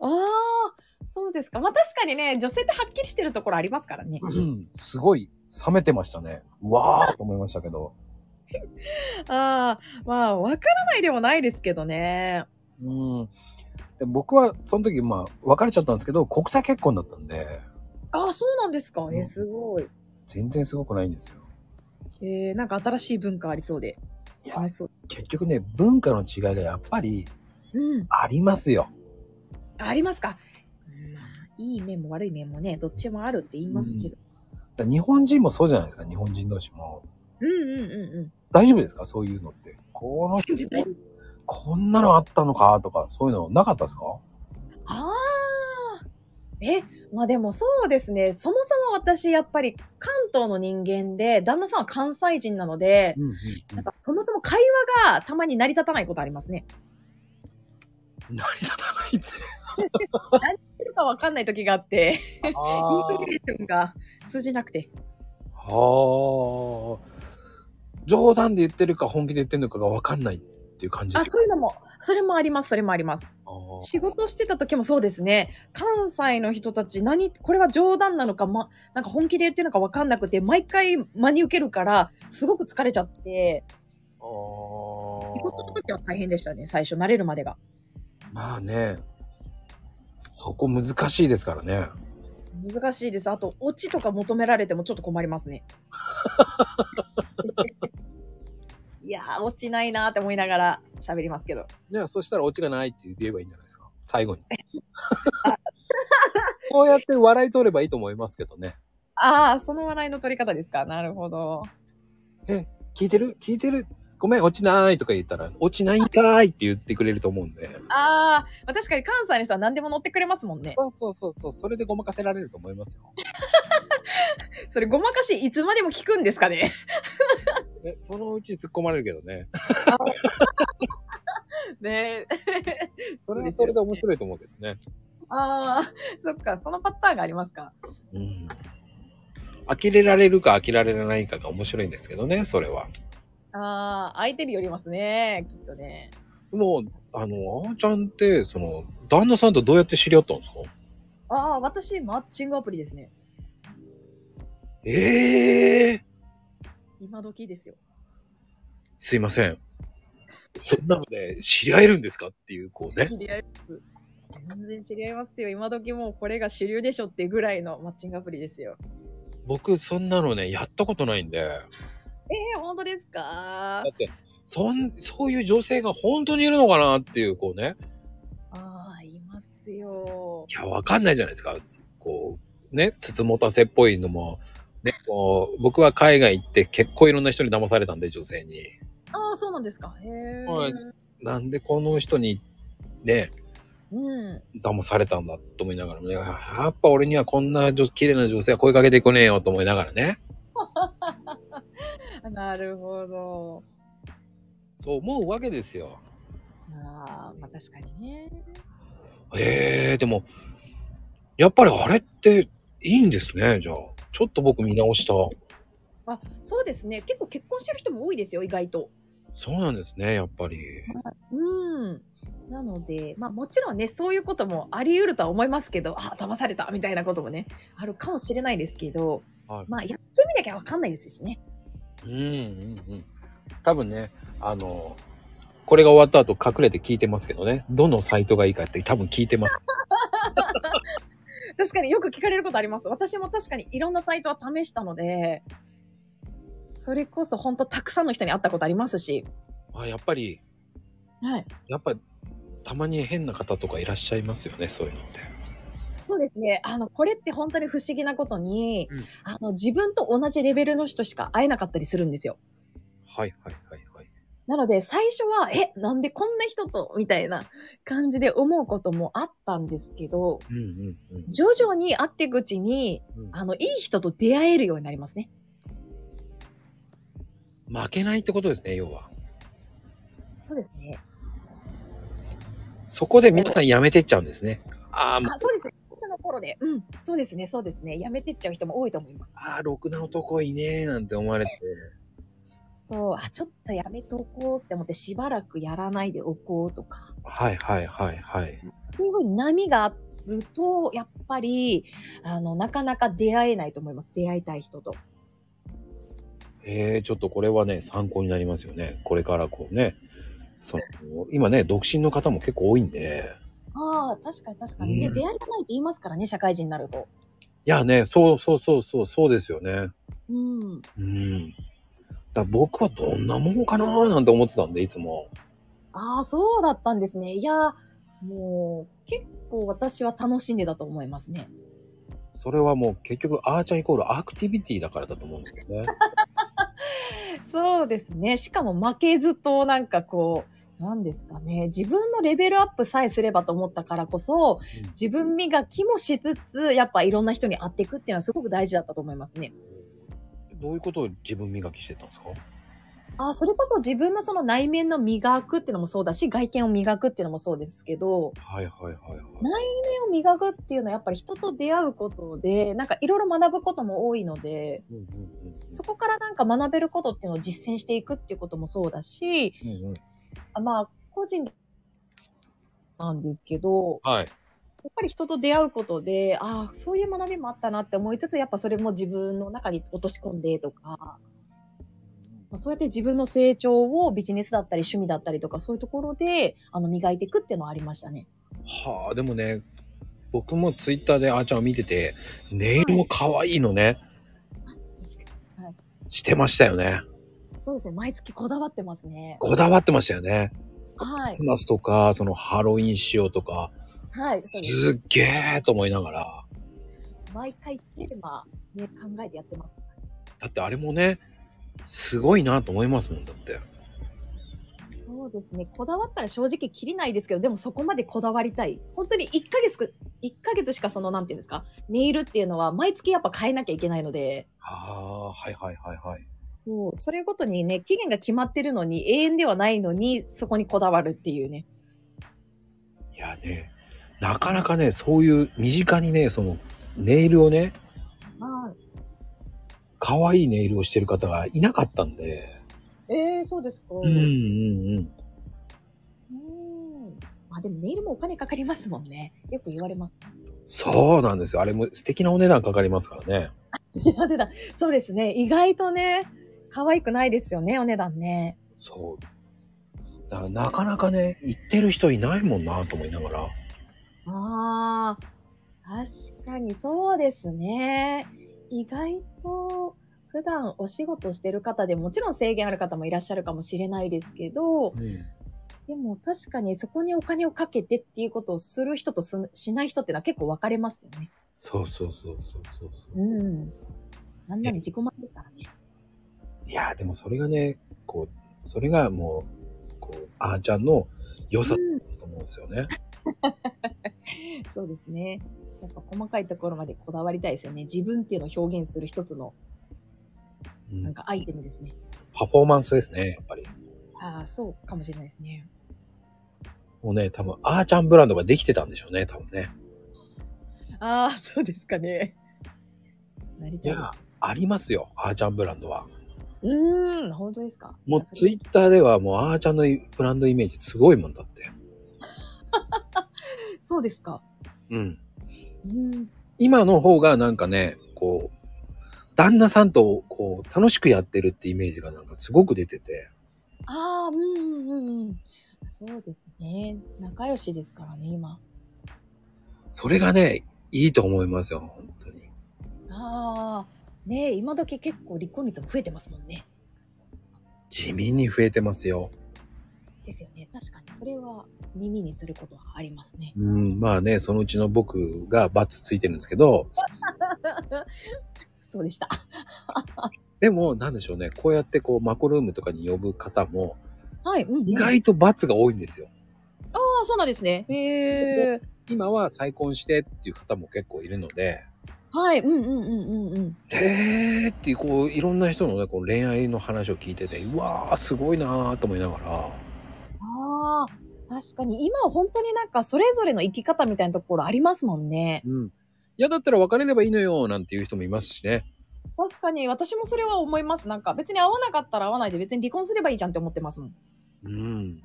Speaker 2: ああ、そうですか。まあ確かにね、女性ってはっきりしてるところありますからね。
Speaker 1: うんすごい冷めてましたね。うわーと思いましたけど。
Speaker 2: ああ、まあわからないでもないですけどね。
Speaker 1: うん。で僕はその時まあ別れちゃったんですけど、国際結婚だったんで、
Speaker 2: ああ、そうなんですか。えー、すごい。
Speaker 1: 全然すごくないんですよ。
Speaker 2: えー、なんか新しい文化ありそうで。
Speaker 1: いや
Speaker 2: 楽しそう。
Speaker 1: 結局ね、文化の違いがやっぱり
Speaker 2: うん。
Speaker 1: ありますよ。
Speaker 2: ありますか。まあ、いい面も悪い面もね、どっちもあるって言いますけど。
Speaker 1: だから日本人もそうじゃないですか、日本人同士も。
Speaker 2: うんうんうんうん。
Speaker 1: 大丈夫ですかそういうのって。この人
Speaker 2: 全然、
Speaker 1: こんなのあったのかとか、そういうのなかったですか
Speaker 2: ああ。え、まあでもそうですね。そもそも私、やっぱり関東の人間で、旦那さんは関西人なので、
Speaker 1: うんうん
Speaker 2: なんかそもそも会話がたまに成り立たないことありますね。
Speaker 1: うん。成り立たないって。
Speaker 2: 何言ってるかわかんない時があって、イン
Speaker 1: あ
Speaker 2: トネーションが通じなくて。
Speaker 1: はあ。冗談で言ってるか本気で言ってるのかが分かんないっていう感じ
Speaker 2: あ、
Speaker 1: です
Speaker 2: そういうのも、それもあります、それもあります。
Speaker 1: あー
Speaker 2: 仕事してた時もそうですね。関西の人たち、何、これは冗談なのか、ま、なんか本気で言ってるのかわかんなくて、毎回真に受けるから、すごく疲れちゃって、
Speaker 1: あー
Speaker 2: 仕事の時は大変でしたね、最初、慣れるまでが。
Speaker 1: まあね。そこ難しいですからね。
Speaker 2: 難しいです。あと、オチとか求められてもちょっと困りますね。いやー、オチないなーって思いながら喋りますけど。
Speaker 1: ねそしたらオチがないって言えばいいんじゃないですか。最後に。 そうやって笑い取ればいいと思いますけどね。
Speaker 2: ああ、その笑いの取り方ですか。なるほど。
Speaker 1: 聞いてる聞いてるごめん、落ちないとか言ったら、落ちないんかーいって言ってくれると思うんで。
Speaker 2: ああ、確かに関西の人は何でも乗ってくれますもんね。
Speaker 1: そうそうそうそう、それでごまかせられると思いますよ。
Speaker 2: それごまかしいつまでも聞くんですかね。
Speaker 1: え、そのうち突っ込まれるけどね。
Speaker 2: ねえ。
Speaker 1: それはそれで面白いと思うけどね。
Speaker 2: ああ、そっか、そのパターンがありますか。
Speaker 1: うん。飽きれられるか飽きられないかが面白いんですけどね、それは。
Speaker 2: ああ、相手によりますね。きっとね。
Speaker 1: もう、あの、あーちゃんって、その、旦那さんとどうやって知り合ったんですか
Speaker 2: ああ、私、マッチングアプリですね。
Speaker 1: ええー、
Speaker 2: 今時ですよ。
Speaker 1: すいません。そんなので知り合えるんですかっていう、こうね。
Speaker 2: 知り合います。全然知り合いますよ。今時もうこれが主流でしょってぐらいのマッチングアプリですよ。
Speaker 1: 僕、そんなのね、やったことないんで。
Speaker 2: えー、本当ですか
Speaker 1: だって、そん、そういう女性が本当にいるのかなっていう、こうね。
Speaker 2: ああ、いますよ。
Speaker 1: いや、わかんないじゃないですか。こう、ね、つつもたせっぽいのも、ね、こう、僕は海外行って結構いろんな人に騙されたんで、女性に。
Speaker 2: ああ、そうなんですか。へえ。
Speaker 1: はいなんでこの人に、ね、
Speaker 2: うん。
Speaker 1: 騙されたんだと思いながらもね、やっぱ俺にはこんな女綺麗な女性は声かけてこねえよと思いながらね。
Speaker 2: なるほど。
Speaker 1: そう思うわけですよ。
Speaker 2: ああ、まあ確かにね。
Speaker 1: ええでも、やっぱりあれっていいんですね、じゃあ。ちょっと僕見直した。
Speaker 2: あ、そうですね。結構結婚してる人も多いですよ、意外と。
Speaker 1: そうなんですね、やっぱり。
Speaker 2: うん。なので、まあもちろんね、そういうこともあり得るとは思いますけど、あ、騙されたみたいなこともね、あるかもしれないですけど、
Speaker 1: はい
Speaker 2: まあやってみなきゃわかんないですしね。
Speaker 1: うんうんうん。多分ね、あの、これが終わった後隠れて聞いてますけどね、どのサイトがいいかって多分聞いてます。
Speaker 2: 確かによく聞かれることあります。私も確かにいろんなサイトは試したので、それこそ本当たくさんの人に会ったことありますし、
Speaker 1: あやっぱり、
Speaker 2: はい。
Speaker 1: やっぱたまに変な方とかいらっしゃいますよね、そういうのって。
Speaker 2: そうですね。あの、これって本当に不思議なことに、
Speaker 1: うん
Speaker 2: あの、自分と同じレベルの人しか会えなかったりするんですよ。
Speaker 1: はいはいはいはい。
Speaker 2: なので、最初は、え、なんでこんな人と、みたいな感じで思うこともあったんですけど、
Speaker 1: うんうんうん。
Speaker 2: 徐々に会っていくうちに、
Speaker 1: うん
Speaker 2: あの、いい人と出会えるようになりますね。
Speaker 1: 負けないってことですね、要は。
Speaker 2: そうですね。
Speaker 1: そこで皆さんやめてっちゃうんですね。ああ、もう
Speaker 2: あ、そうですね。最初の頃で。うん。そうですね、そうですね。やめてっちゃう人も多いと思います。
Speaker 1: あー、ろくな男いねえなんて思われて。
Speaker 2: そう、あ、ちょっとやめとこうって思って、しばらくやらないでおこうとか。
Speaker 1: はいはいはいはい。
Speaker 2: そういうふうに波があると、やっぱり、あの、なかなか出会えないと思います。出会いたい人と。
Speaker 1: ええちょっとこれはね、参考になりますよね。これからこうね、その、今ね、独身の方も結構多いんで、
Speaker 2: ああ、確かに確かにね。
Speaker 1: うん
Speaker 2: 出会いがないって言いますからね、社会人になると。
Speaker 1: いやね、そうそうそうそう、そうですよね。
Speaker 2: うん。
Speaker 1: うん。だから僕はどんなもんかなーなんて思ってたんで、いつも。
Speaker 2: ああ、そうだったんですね。いや、もう、結構私は楽しんでたと思いますね。
Speaker 1: それはもう結局、あーちゃんイコールアクティビティだからだと思うんですよね。
Speaker 2: そうですね。しかも負けずと、なんかこう、なんですかね。自分のレベルアップさえすればと思ったからこそ
Speaker 1: うん、
Speaker 2: 自分磨きもしつつ、やっぱいろんな人に会っていくっていうのはすごく大事だったと思いますね。
Speaker 1: どういうことを自分磨きしてたんですか
Speaker 2: あーそれこそ自分のその内面の磨くっていうのもそうだし、外見を磨くっていうのもそうですけど、
Speaker 1: はいはいはいはい。
Speaker 2: 内面を磨くっていうのはやっぱり人と出会うことで、なんかいろいろ学ぶことも多いので、
Speaker 1: うんうん
Speaker 2: そこからなんか学べることっていうのを実践していくっていうこともそうだし、
Speaker 1: うんうんうんうん。
Speaker 2: あまあ、個人なんですけど、
Speaker 1: はい。
Speaker 2: やっぱり人と出会うことで、ああ、そういう学びもあったなって思いつつ、やっぱそれも自分の中に落とし込んでとか、まあ、そうやって自分の成長をビジネスだったり趣味だったりとか、そういうところで、あの、磨いていくっていうのはありましたね。
Speaker 1: はあ、でもね、僕もツイッターであーちゃんを見てて、ネイルも可愛いのね、してましたよね。
Speaker 2: そうですね。毎月こだわってますね。
Speaker 1: こだわってましたよね。
Speaker 2: は
Speaker 1: ク。
Speaker 2: い
Speaker 1: リスマスとか、そのハロウィン仕様とか、
Speaker 2: はい。そうです。
Speaker 1: すっげーと思いながら。
Speaker 2: 毎回テーマ、ね、考えてやってます。
Speaker 1: だってあれもね、すごいなと思いますもんだって。
Speaker 2: そうですね。こだわったら正直切りないですけど、でもそこまでこだわりたい。本当に1ヶ月く、1ヶ月しかその、なんていうんですか、ネイルっていうのは毎月やっぱ変えなきゃいけないので、
Speaker 1: ああー、はいはいはいはい。
Speaker 2: そう、それごとにね、期限が決まってるのに、永遠ではないのに、そこにこだわるっていうね。
Speaker 1: いやね、なかなかね、そういう身近にね、そのネイルをね、
Speaker 2: はい。
Speaker 1: 可愛いネイルをしてる方がいなかったんで。
Speaker 2: ええそうですか。う
Speaker 1: うんうんうん。
Speaker 2: ん。まあでもネイルもお金かかりますもんね。よく言われます。
Speaker 1: そうなんですよ。あれも素敵なお値段かかりますからね。
Speaker 2: いや、出た。そうですね。意外とね、可愛くないですよね、お値段ね。
Speaker 1: そう。だからなかなかね、行ってる人いないもんなと思いながら。
Speaker 2: ああ、確かにそうですね。意外と普段お仕事してる方でもちろん制限ある方もいらっしゃるかもしれないですけど、でも確かにそこにお金をかけてっていうことをする人とすしない人っていうのは結構分かれますよね。
Speaker 1: そうそうそうそうそうそう。
Speaker 2: うん。あんなに自己満ですからね。
Speaker 1: いやーでもそれがね、こう、それがもう、こう、あーちゃんの良さ
Speaker 2: うん
Speaker 1: だと思うんですよね。
Speaker 2: そうですね。やっぱ細かいところまでこだわりたいですよね。自分っていうのを表現する一つの
Speaker 1: うん
Speaker 2: なんかアイテムですね。
Speaker 1: パフォーマンスですね、やっぱり。
Speaker 2: ああ、そうかもしれないですね。
Speaker 1: もうね、多分、あーちゃんブランドができてたんでしょうね、多分ね。
Speaker 2: ああ、そうですかね。なり
Speaker 1: い
Speaker 2: たいです
Speaker 1: やーありますよ、あーちゃんブランドは。
Speaker 2: うーん、本当ですか
Speaker 1: もうツイッターではもうあーちゃんのブランドイメージすごいもんだって。
Speaker 2: そうですか。
Speaker 1: うん。
Speaker 2: うん。
Speaker 1: 今の方がなんかね、こう、旦那さんとこう、楽しくやってるってイメージがなんかすごく出てて。
Speaker 2: ああ、うんうんうんうん。そうですね。仲良しですからね、今。
Speaker 1: それがね、いいと思いますよ、本当に。
Speaker 2: ああ、ねえ、今時結構離婚率も増えてますもんね。
Speaker 1: 地味に増えてますよ。
Speaker 2: ですよね。確かに、それは耳にすることはありますね。
Speaker 1: うん、まあね、そのうちの僕がバツついてるんですけど、
Speaker 2: そうでした。
Speaker 1: でも、なんでしょうね、こうやってこう、マコルームとかに呼ぶ方も、
Speaker 2: はい、うん、うん。
Speaker 1: 意
Speaker 2: あ
Speaker 1: 外とバツが多いんですよ。
Speaker 2: あ、そうなんですね。へえ。
Speaker 1: 今は再婚してっていう方も結構いるので、
Speaker 2: はい、うんうんうんうんうん。
Speaker 1: えーっていう、こう、いろんな人のね、こう恋愛の話を聞いてて、うわー、すごいなーと思いながら、
Speaker 2: ああ、確かに今は本当になんかそれぞれの生き方みたいなところありますもんね。
Speaker 1: うん。いや、だったら別れればいいのよ、なんていう人もいますしね。
Speaker 2: 確かに私もそれは思います。なんか別に合わなかったら合わないで別に離婚すればいいじゃんって思ってますもん。
Speaker 1: うん。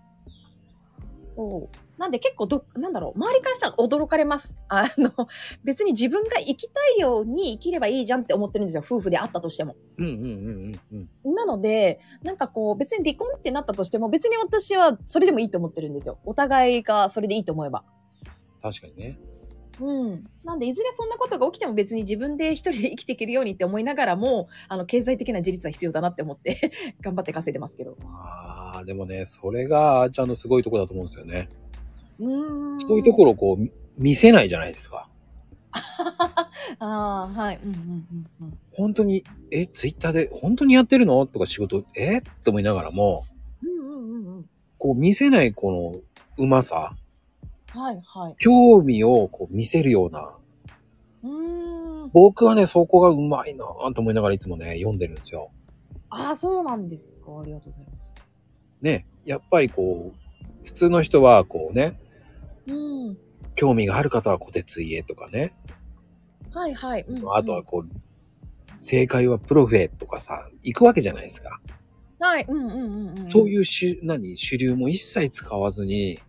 Speaker 2: そう。なんで結構ど、なんだろう、周りからしたら驚かれます。あの、 別に自分が生きたいように生きればいいじゃんって思ってるんですよ。夫婦であったとしても。
Speaker 1: うんうんうんうんうん。
Speaker 2: なので、なんかこう、別に離婚ってなったとしても、別に私はそれでもいいと思ってるんですよ。お互いがそれでいいと思えば。
Speaker 1: 確かにね。
Speaker 2: うん。なんで、いずれそんなことが起きても別に自分で一人で生きていけるようにって思いながらも、あの、経済的な自立は必要だなって思って、頑張って稼いでますけど。
Speaker 1: あー、でもね、それがあーちゃんのすごいとこだと思うんですよね。
Speaker 2: うーん。
Speaker 1: そういうところをこう、み見せないじゃないですか。
Speaker 2: ああ、はい。うんうんうんうん。
Speaker 1: 本当に、え、ツイッターで本当にやってるのとか仕事、えって思いながらも、
Speaker 2: うんうんうんうん。
Speaker 1: こう見せないこのうまさ、
Speaker 2: はいはい。
Speaker 1: 興味をこう見せるような、
Speaker 2: うーん。
Speaker 1: 僕はね、そこがうまいなぁと思いながらいつもね、読んでるんですよ。
Speaker 2: ああ、そうなんですか。ありがとうございます。
Speaker 1: ね、やっぱりこう、普通の人はこうね、
Speaker 2: うん。
Speaker 1: 興味がある方は小鉄家とかね、
Speaker 2: はいはい。うんうん
Speaker 1: あとは。こう、正解はプロフェとかさ、行くわけじゃないですか。
Speaker 2: はい。うんうんうんうん。
Speaker 1: そう
Speaker 2: う。
Speaker 1: いう主、何、主流も一切使わずに、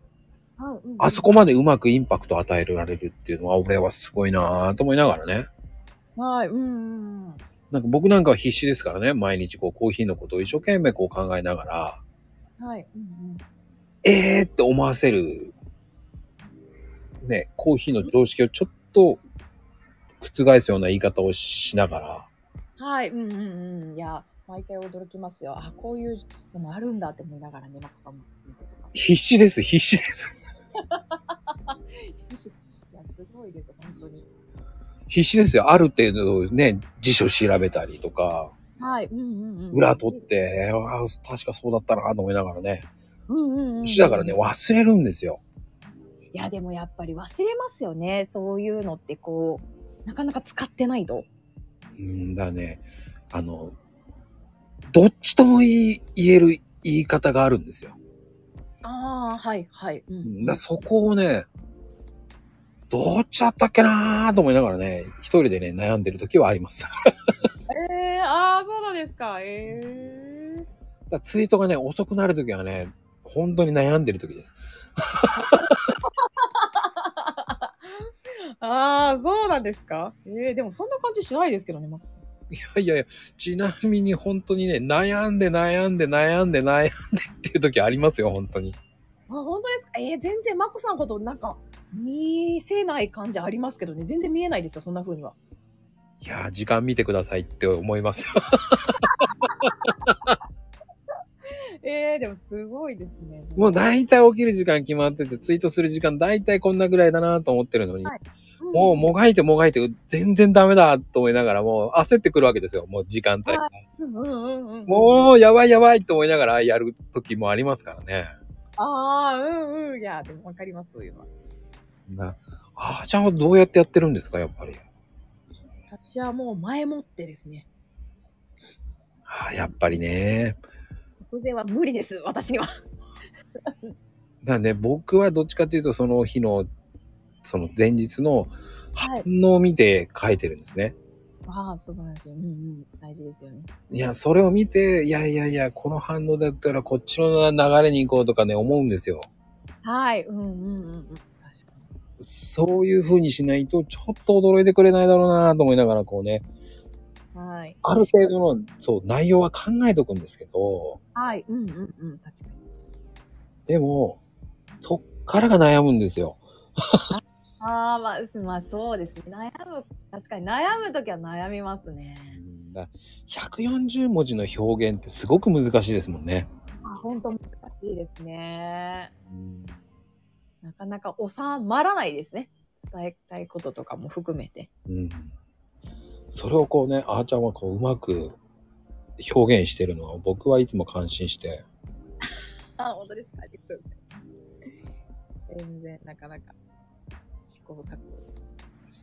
Speaker 2: はいうんうん、
Speaker 1: あそこまでうまくインパクト与えられるっていうのは、俺はすごいなぁと思いながらね。
Speaker 2: はい。うんうんうん。
Speaker 1: なんか僕なんかは必死ですからね、毎日こうコーヒーのことを一生懸命こう考えながら、
Speaker 2: はい。うんうん。
Speaker 1: えーって思わせる、ね、コーヒーの常識をちょっと覆すような言い方をしながら、
Speaker 2: はい、うんうんうん。いや、毎回驚きますよ。あ、こういうのもあるんだって思いながらね、マコさんもそういうことが。
Speaker 1: 必死です、必死です。
Speaker 2: いや、すごいです、本当に。
Speaker 1: 必死ですよ。ある程度ね、辞書調べたりとか、
Speaker 2: はい、うんうんうん。
Speaker 1: 裏取って、ああ、確かそうだったなと思いながらね。
Speaker 2: うんうんうん。
Speaker 1: 必死だからね、。忘れるんですよ。
Speaker 2: いや、でもやっぱり忘れますよね。そういうのってこう、なかなか使ってないと。
Speaker 1: うんだね、あの、どっちとも言い言える言い方があるんですよ。
Speaker 2: ああ、はい、はい。う
Speaker 1: うんだそこをね、どっちだったっけなーと思いながらね、一人でね、悩んでる時はあります。だか
Speaker 2: ええああ、そうなんですか。ええ
Speaker 1: らツイートがね、遅くなる時はね、本当に悩んでる時です。
Speaker 2: ああ、そうなんですか。ええでもそんな感じしないですけどね、マコさん。
Speaker 1: いやいやいや、ちなみに本当にね、悩んで悩んで悩んで悩んでっていう時ありますよ、本当に。
Speaker 2: あ、本当ですかえー、全然、まこさんこと、なんか、見せない感じありますけどね。全然見えないですよ、そんな風には。
Speaker 1: いやー、時間見てくださいって思いますよ。
Speaker 2: えー、でも、すごいですね。
Speaker 1: もう大体起きる時間決まってて、ツイートする時間大体こんなぐらいだなと思ってるのに、
Speaker 2: はいうん
Speaker 1: もうもがいてもがいて、全然ダメだと思いながら、もう焦ってくるわけですよ、もう時間帯が。
Speaker 2: うんうんうんうん。う
Speaker 1: もうやばいやばいと思いながらやる時もありますからね。
Speaker 2: ああ、うんうん。いや、でも、わかります、そういうのは
Speaker 1: なあーちゃんはどうやってやってるんですか、やっぱり。
Speaker 2: 私はもう、前もってですね。
Speaker 1: あーやっぱりね。
Speaker 2: 直前は無理です、私には。
Speaker 1: だからね、僕はどっちかというと、その日の、その前日の
Speaker 2: はい。
Speaker 1: 反応を見て書いてるんですね。
Speaker 2: ああ、素晴らしい。うんうん。大事ですよね。
Speaker 1: いや、それを見て、いやいやいや、この反応だったらこっちの流れに行こうとかね、思うんですよ。
Speaker 2: はい。うんうんうんうん。確かに。
Speaker 1: そういう風にしないと、ちょっと驚いてくれないだろうなと思いながら、こうね、
Speaker 2: はい。
Speaker 1: ある程度の、そう、内容は考えとくんですけど、
Speaker 2: はい。うんうんうん。確かに。
Speaker 1: でも、そっからが悩むんですよ。
Speaker 2: ああ、まあ、すまあ、そうですね。悩む、確かに悩むときは悩みますね。
Speaker 1: だ140文字の表現ってすごく難しいですもんね。
Speaker 2: あ、本当難しいですね。なかなか収まらないですね。伝えたいこととかも含めて。
Speaker 1: うん。それをこうね、あーちゃんはこう、うまく表現してるのは、僕はいつも感心して。
Speaker 2: あ、本当ですか。ありがとうございます全然、なかなか、試行錯誤。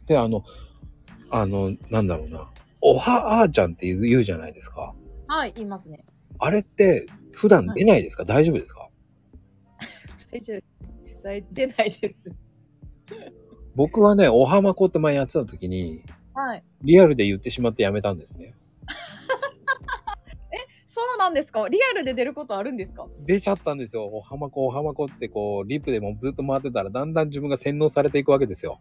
Speaker 1: で、あの、あの、なんだろうな。おはあーちゃんって言う言うじゃないですか。
Speaker 2: はい、言いますね。
Speaker 1: あれって、普段出ないですか、大丈夫ですか
Speaker 2: 大丈夫。大出ないです。
Speaker 1: 僕はね、おはまこって前やってた時に、
Speaker 2: はい。
Speaker 1: リアルで言ってしまってやめたんですね。
Speaker 2: そうなんですかリアルで出ることあるんですか
Speaker 1: 出ちゃったんですよ。おはまこ、おはまこってこう、リップでもずっと回ってたら、だんだん自分が洗脳されていくわけですよ。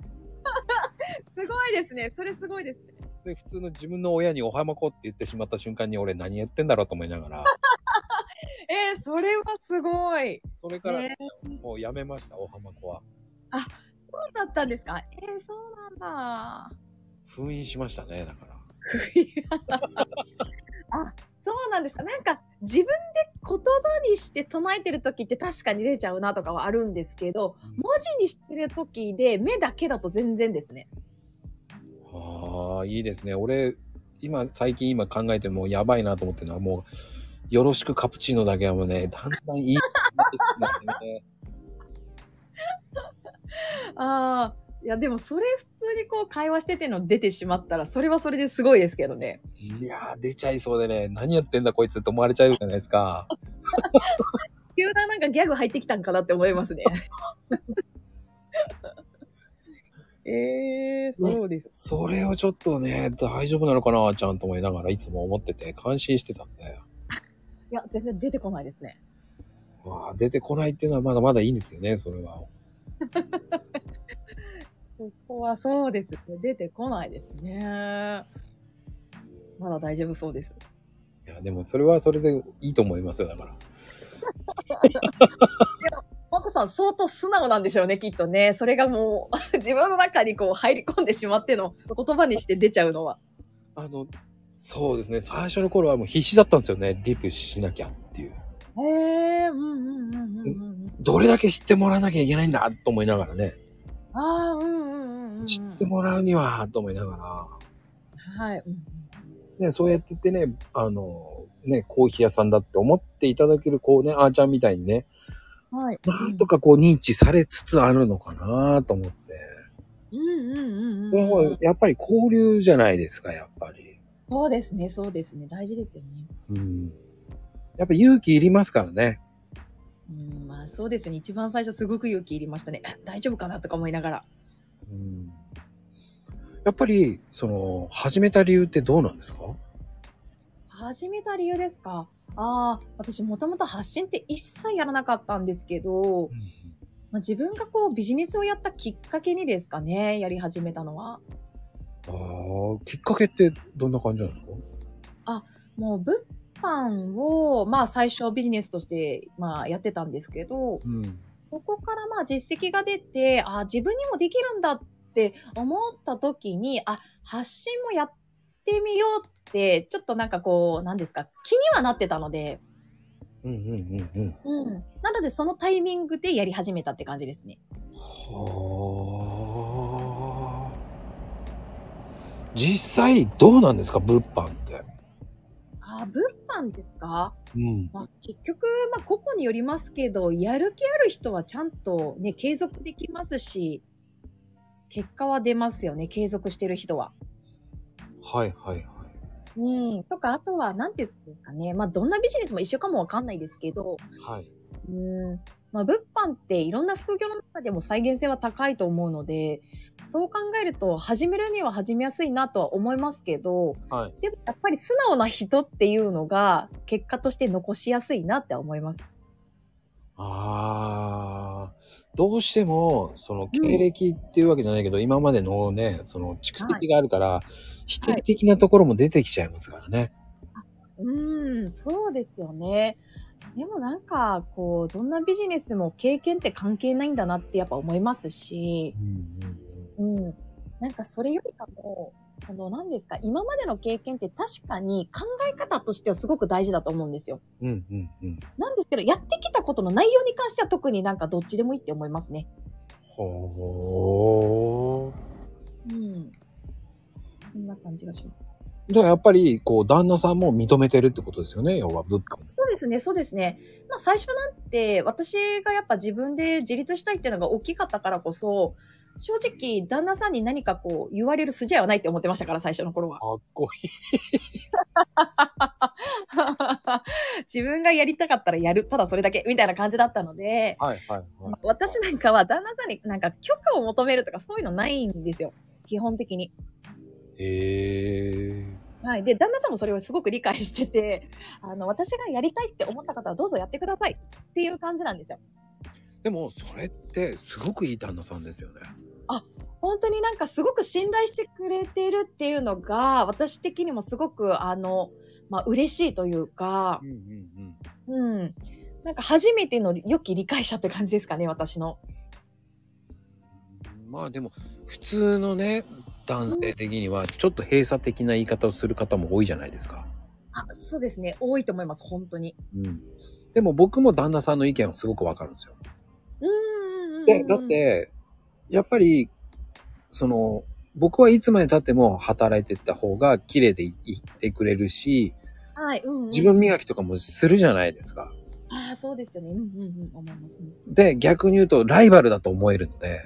Speaker 2: すごいですね。それすごいですね。
Speaker 1: で、普通の自分の親におはまこって言ってしまった瞬間に、俺何やってんだろうと思いながら、
Speaker 2: えー、それはすごい。
Speaker 1: それから
Speaker 2: ね
Speaker 1: もうやめました、おはまこは。
Speaker 2: そうだったんですかえー、そうなんだ。
Speaker 1: 封印しましたね、だから。
Speaker 2: あ、そうなんですか。なんか自分で言葉にして唱えてる時って確かに出ちゃうなとかはあるんですけど、
Speaker 1: うん
Speaker 2: 文字にしてる時で目だけだと全然ですね。
Speaker 1: ああ、いいですね。俺、今、最近今考えてもうやばいなと思ってるのは、もう、よろしくカプチーノだけはもうね、だんだんいい。
Speaker 2: ああ、いやでもそれ普通にこう会話してての出てしまったら、それはそれですごいですけどね。
Speaker 1: いやー、出ちゃいそうでね、何やってんだこいつって思われちゃうじゃないですか。
Speaker 2: 急ななんかギャグ入ってきたんかなって思いますね。 ええそうです。
Speaker 1: それをちょっとね、大丈夫なのかな、あーちゃんと思いながらいつも思ってて、感心してたんだよ。
Speaker 2: いや、全然出てこないですね。
Speaker 1: あー出てこないっていうのはまだまだいいんですよね、それは。
Speaker 2: ここはそうですね。出てこないですね。まだ大丈夫そうです。
Speaker 1: いや、でもそれはそれでいいと思いますよ、だから。
Speaker 2: マコさん相当素直なんでしょうね、きっとね。それがもう、 自分の中にこう入り込んでしまっての言葉にして出ちゃうのは。
Speaker 1: あの、そうですね、最初の頃はもう必死だったんですよね、リプしなきゃっていう。
Speaker 2: へえ、うんうんうんうんうん。
Speaker 1: どれだけ知ってもらわなきゃいけないんだと思いながらね、
Speaker 2: ああ、うんうんうん うん。
Speaker 1: 知ってもらうにはと思いなが
Speaker 2: はい。うん
Speaker 1: ら、ね、そうやって言ってね、あの、ね、コーヒー屋さんだって思っていただける、こうね、あーちゃんみたいにね、
Speaker 2: はい。
Speaker 1: なんとかこう認知されつつあるのかなと思って。
Speaker 2: うんうんうん
Speaker 1: で
Speaker 2: うんう
Speaker 1: も
Speaker 2: ん。
Speaker 1: やっぱり交流じゃないですか、やっぱり。
Speaker 2: そうですね、そうですね。大事ですよね。
Speaker 1: うん。やっぱ勇気いりますからね。
Speaker 2: うん、まあそうですよね。一番最初すごく勇気いりましたね。あ大丈夫かなとか思いながら。
Speaker 1: うん。やっぱり、その、始めた理由ってどうなんですか
Speaker 2: 始めた理由ですかああ、私もともと発信って一切やらなかったんですけど、まあ、自分がこうビジネスをやったきっかけにですかね、やり始めたのは。
Speaker 1: ああ、きっかけってどんな感じなんですか
Speaker 2: もう物販を、まあ最初ビジネスとして、まあやってたんですけど、
Speaker 1: うん。
Speaker 2: そこからまあ実績が出て、ああ、自分にもできるんだって思った時に、あ、発信もやってみようって、ちょっとなんかこう、なんですか、気にはなってたので、
Speaker 1: うんうんうんうん。
Speaker 2: うん。なのでそのタイミングでやり始めたって感じですね。
Speaker 1: はあ。実際どうなんですか物販って。
Speaker 2: ああ、物販ですか
Speaker 1: うん。
Speaker 2: まあ、結局、まあ、個々によりますけど、やる気ある人はちゃんとね、継続できますし、結果は出ますよね、継続してる人は。
Speaker 1: はいはいはい。
Speaker 2: うん。とか、あとは、なんていうんですかね、まあ、どんなビジネスも一緒かもわかんないですけど、
Speaker 1: はい。
Speaker 2: うん。まあ、物販っていろんな副業の中でも再現性は高いと思うので、そう考えると始めるには始めやすいなとは思いますけど、
Speaker 1: はい。
Speaker 2: でもやっぱり素直な人っていうのが結果として残しやすいなって思います。
Speaker 1: ああ、どうしても、その経歴っていうわけじゃないけど、今までのね、その蓄積があるから、否定的なところも出てきちゃいますからね。
Speaker 2: うん、そうですよね。でもなんか、こう、どんなビジネスも経験って関係ないんだなってやっぱ思いますし、
Speaker 1: うん
Speaker 2: うん。なんかそれよりかも、その何ですか、今までの経験って確かに考え方としてはすごく大事だと思うんですよ。
Speaker 1: うんうん。うんうんうん。
Speaker 2: なんですけど、やってきたことの内容に関しては特になんかどっちでもいいって思いますね。
Speaker 1: ほ
Speaker 2: うん。そんな感じがします。
Speaker 1: ー。で、やっぱり、こう、旦那さんも認めてるってことですよね、要は物販。
Speaker 2: そうですね、そうですね。まあ最初なんて、私がやっぱ自分で自立したいっていうのが大きかったからこそ、正直、旦那さんに何かこう、言われる筋合いはないって思ってましたから、最初の頃は。
Speaker 1: かっこいい。
Speaker 2: 自分がやりたかったらやる、ただそれだけ、みたいな感じだったので、
Speaker 1: はいはいはい。
Speaker 2: 私なんかは旦那さんになんか許可を求めるとかそういうのないんですよ。基本的に。
Speaker 1: へえ。
Speaker 2: はい。で、旦那さんもそれをすごく理解してて、あの、私がやりたいって思った方はどうぞやってくださいっていう感じなんですよ。
Speaker 1: でも、それって、すごくいい旦那さんですよね。
Speaker 2: 本当になんかすごく信頼してくれてるっていうのが私的にもすごくあの、まあ、嬉しいというか
Speaker 1: う、んうん
Speaker 2: うん、なんか初めての良き理解者って感じですかね私の。
Speaker 1: うん。まあでも、普通のね、男性的には、ちょっと閉鎖的な言い方をする方も多いじゃないですか。
Speaker 2: あそうですね多いと思います本当に。
Speaker 1: うん。でも僕も旦那さんの意見はすごくわかるんですよ。
Speaker 2: うんうんうんうん
Speaker 1: で、だって、やっぱり、その、僕はいつまで経っても働いてった方が綺麗でいいてくれるし、
Speaker 2: はいうんうん
Speaker 1: 自分磨きとかもするじゃないですか。
Speaker 2: あーそうですよねうんうんうん思います、ね、
Speaker 1: で、逆に言うとライバルだと思えるので、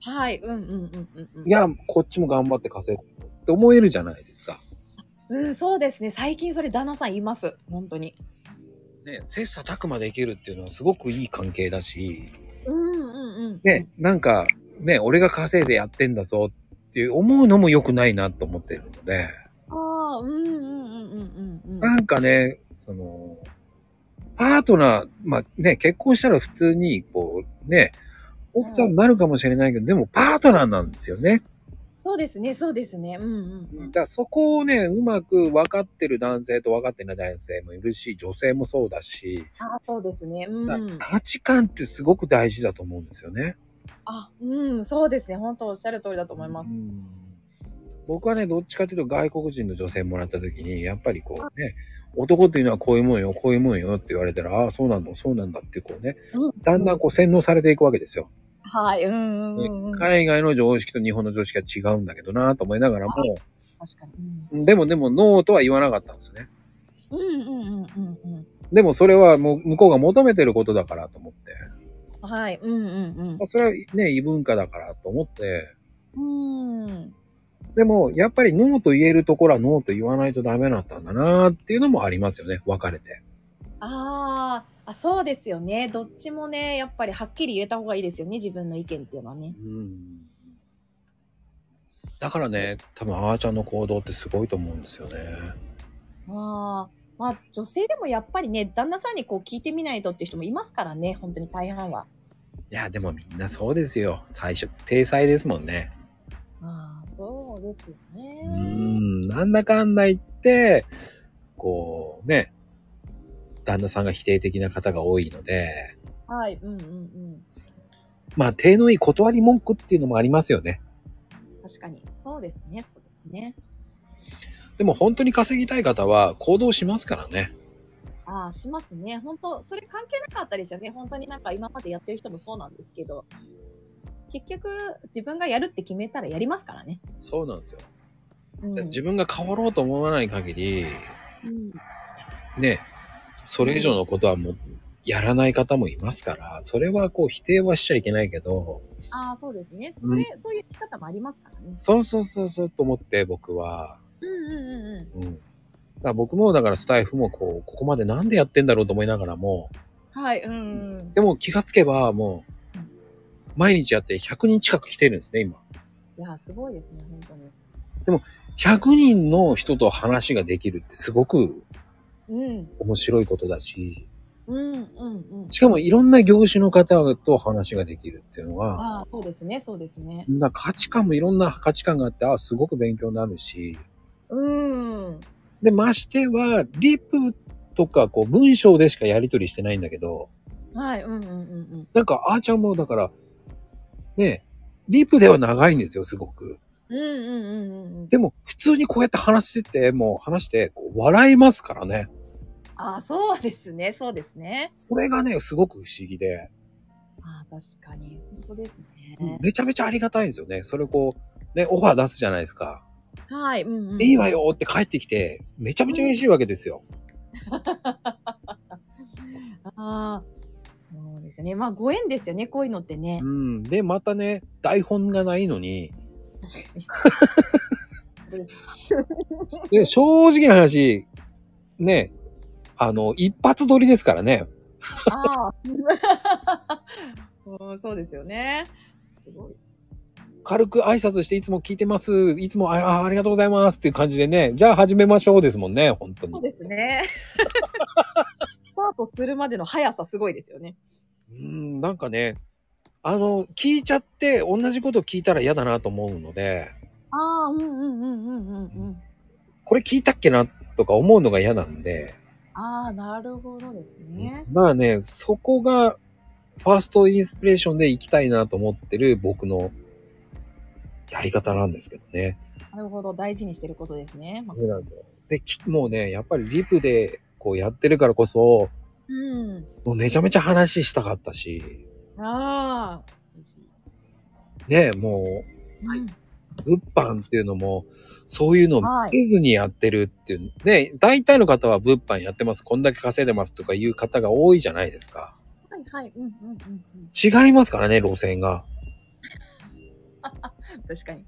Speaker 2: はいうんうんうんうんうん
Speaker 1: いや、こっちも頑張って稼いでって思えるじゃないですか。
Speaker 2: うんそうですね最近それ旦那さん言います本当に。
Speaker 1: ね、切磋琢磨できるっていうのはすごくいい関係だし、
Speaker 2: うんうんうん
Speaker 1: ね、なんか、ね、俺が稼いでやってんだぞっていう思うのも良くないなと思ってるので、
Speaker 2: ああうんうんうんうんうんうん
Speaker 1: なんかね、その、パートナー、まあね、結婚したら普通に、こう、ね、奥さんになるかもしれないけど、でもパートナーなんですよね。
Speaker 2: そうですね、そうですね。うんうんうん
Speaker 1: だからそこをね、うまく分かってる男性と分かってない男性もいるし、女性もそうだし、
Speaker 2: あ、そうですね。うん
Speaker 1: だ
Speaker 2: う
Speaker 1: から
Speaker 2: ん。
Speaker 1: 価値観ってすごく大事だと思うんですよね。
Speaker 2: あ、うん、そうですね。本当おっしゃる通りだと思います。
Speaker 1: うん僕はね、どっちかというと外国人の女性もらった時に、やっぱりこうね、男っていうのはこういうもんよ、こういうもんよって言われたら、ああ、そうなんだ、そうなんだってこうね、
Speaker 2: うん、
Speaker 1: だんだんこう洗脳されていくわけですよ。
Speaker 2: はい、うんうんうん。確
Speaker 1: 海外の常識と日本の常識は違うんだけどなと思いながらも、
Speaker 2: かに。うん
Speaker 1: でもでもノーとは言わなかったんですよね。
Speaker 2: うんうんうんうん
Speaker 1: でもそれはもう向こうが求めてることだからと思って、
Speaker 2: うん。はい、うんうん
Speaker 1: まあ、それはね、異文化だからと思って、
Speaker 2: うん。うん。
Speaker 1: でもやっぱりノーと言えるところはノーと言わないとダメだったんだなっていうのもありますよね、別れて。
Speaker 2: あーあ、そうですよね。どっちもね、やっぱりはっきり言えた方がいいですよね。自分の意見っていうのはね。
Speaker 1: うん。だからね、多分あーちゃんの行動ってすごいと思うんですよね。
Speaker 2: ああ。まあ、女性でもやっぱりね、旦那さんにこう聞いてみないとっていう人もいますからね。本当に大半は。
Speaker 1: いや、でもみんなそうですよ。最初、体裁ですもんね。
Speaker 2: ああ、そうですよね。
Speaker 1: うーん、なんだかんだ言って、こうね、旦那さんが否定的な方が多いので、
Speaker 2: はい、うんうんうん。
Speaker 1: まあ、手のいい断り文句っていうのもありますよね。
Speaker 2: 確かに。そうですね。そうですね。
Speaker 1: でも本当に稼ぎたい方は行動しますからね。
Speaker 2: ああ、しますね。本当それ関係なかったですよね。本当になんか今までやってる人もそうなんですけど、結局、自分がやるって決めたらやりますからね。
Speaker 1: そうなんですよ。
Speaker 2: うん。
Speaker 1: 自分が変わろうと思わない限り、
Speaker 2: うん
Speaker 1: ね、それ以上のことはもう、やらない方もいますから、それはこう否定はしちゃいけないけど、
Speaker 2: ああ、そうですね。それ、そういう生き方もありますからね。
Speaker 1: そうそうそうそうと思って僕は、
Speaker 2: うんうんうんうん。
Speaker 1: うん。だから僕もだからスタイフもこう、ここまでなんでやってんだろうと思いながらも、
Speaker 2: はい、うん。
Speaker 1: でも気がつけば、もう、毎日やって100人近く来てるんですね、今。
Speaker 2: いや、すごいですね、本当に。
Speaker 1: 100人の人と話ができるってすごく
Speaker 2: うん、
Speaker 1: 面白いことだし、
Speaker 2: うん、うん、うん。
Speaker 1: しかもいろんな業種の方と話ができるっていうのが、
Speaker 2: ああ、そうですね、そうですね。
Speaker 1: な価値観もいろんな価値観があって、あ、すごく勉強になるし、
Speaker 2: うん。
Speaker 1: で、ましては、リプとか、こう、文章でしかやり取りしてないんだけど、
Speaker 2: はい、うん、うん、うん
Speaker 1: なんか、あーちゃんも、だから、ね、リプでは長いんですよ、すごく。
Speaker 2: うん。うん、うん、うん、うん。
Speaker 1: でも、普通にこうやって話してて、もう話して、こう笑いますからね。
Speaker 2: ああ、そうですね、そうですね。
Speaker 1: それがね、すごく不思議で、
Speaker 2: ああ、確かに。本当ですね。
Speaker 1: めちゃめちゃありがたいんですよね。それこう、ね、オファー出すじゃないですか。
Speaker 2: はい、うん、うん。
Speaker 1: いいわよって帰ってきて、めちゃめちゃ嬉しいわけですよ。
Speaker 2: ああ、そうですよね。まあ、ご縁ですよね、こういうのってね
Speaker 1: う。ん。で、またね、台本がないのに、で、正直な話、ね、あの、一発撮りですからね。
Speaker 2: ああ。 うんそうですよね。すごい。
Speaker 1: 軽く挨拶して、いつも聞いてます。いつもああありがとうございますっていう感じでね、じゃあ始めましょうですもんね、本当
Speaker 2: そ
Speaker 1: に。
Speaker 2: うですね。スタートするまでの速さすごいですよね。
Speaker 1: うん、なんかね、あの、聞いちゃって、同じこと聞いたら嫌だなと思うので、
Speaker 2: ああ、うんうんうんうんうんうん。
Speaker 1: これ聞いたっけなとか思うのが嫌なんで、
Speaker 2: ああ、なるほどですね。
Speaker 1: まあね、そこが、ファーストインスピレーションで行きたいなと思ってる僕のやり方なんですけどね。
Speaker 2: なるほど、大事にしてることですね。まあ
Speaker 1: そうなんですよ。で、きもうね、やっぱりリプでこうやってるからこそ、
Speaker 2: うん。
Speaker 1: もうめちゃめちゃ話したかったし、
Speaker 2: ああ。
Speaker 1: ね、も
Speaker 2: はい。
Speaker 1: う、物販っていうのも、そういうのを
Speaker 2: はい
Speaker 1: 見ずにやってるっていう、ね、大体の方は物販やってます、こんだけ稼いでますとかいう方が多いじゃないですか。
Speaker 2: はいはい。うんうんうんうん。
Speaker 1: 違いますからね、路線が。
Speaker 2: 確かに。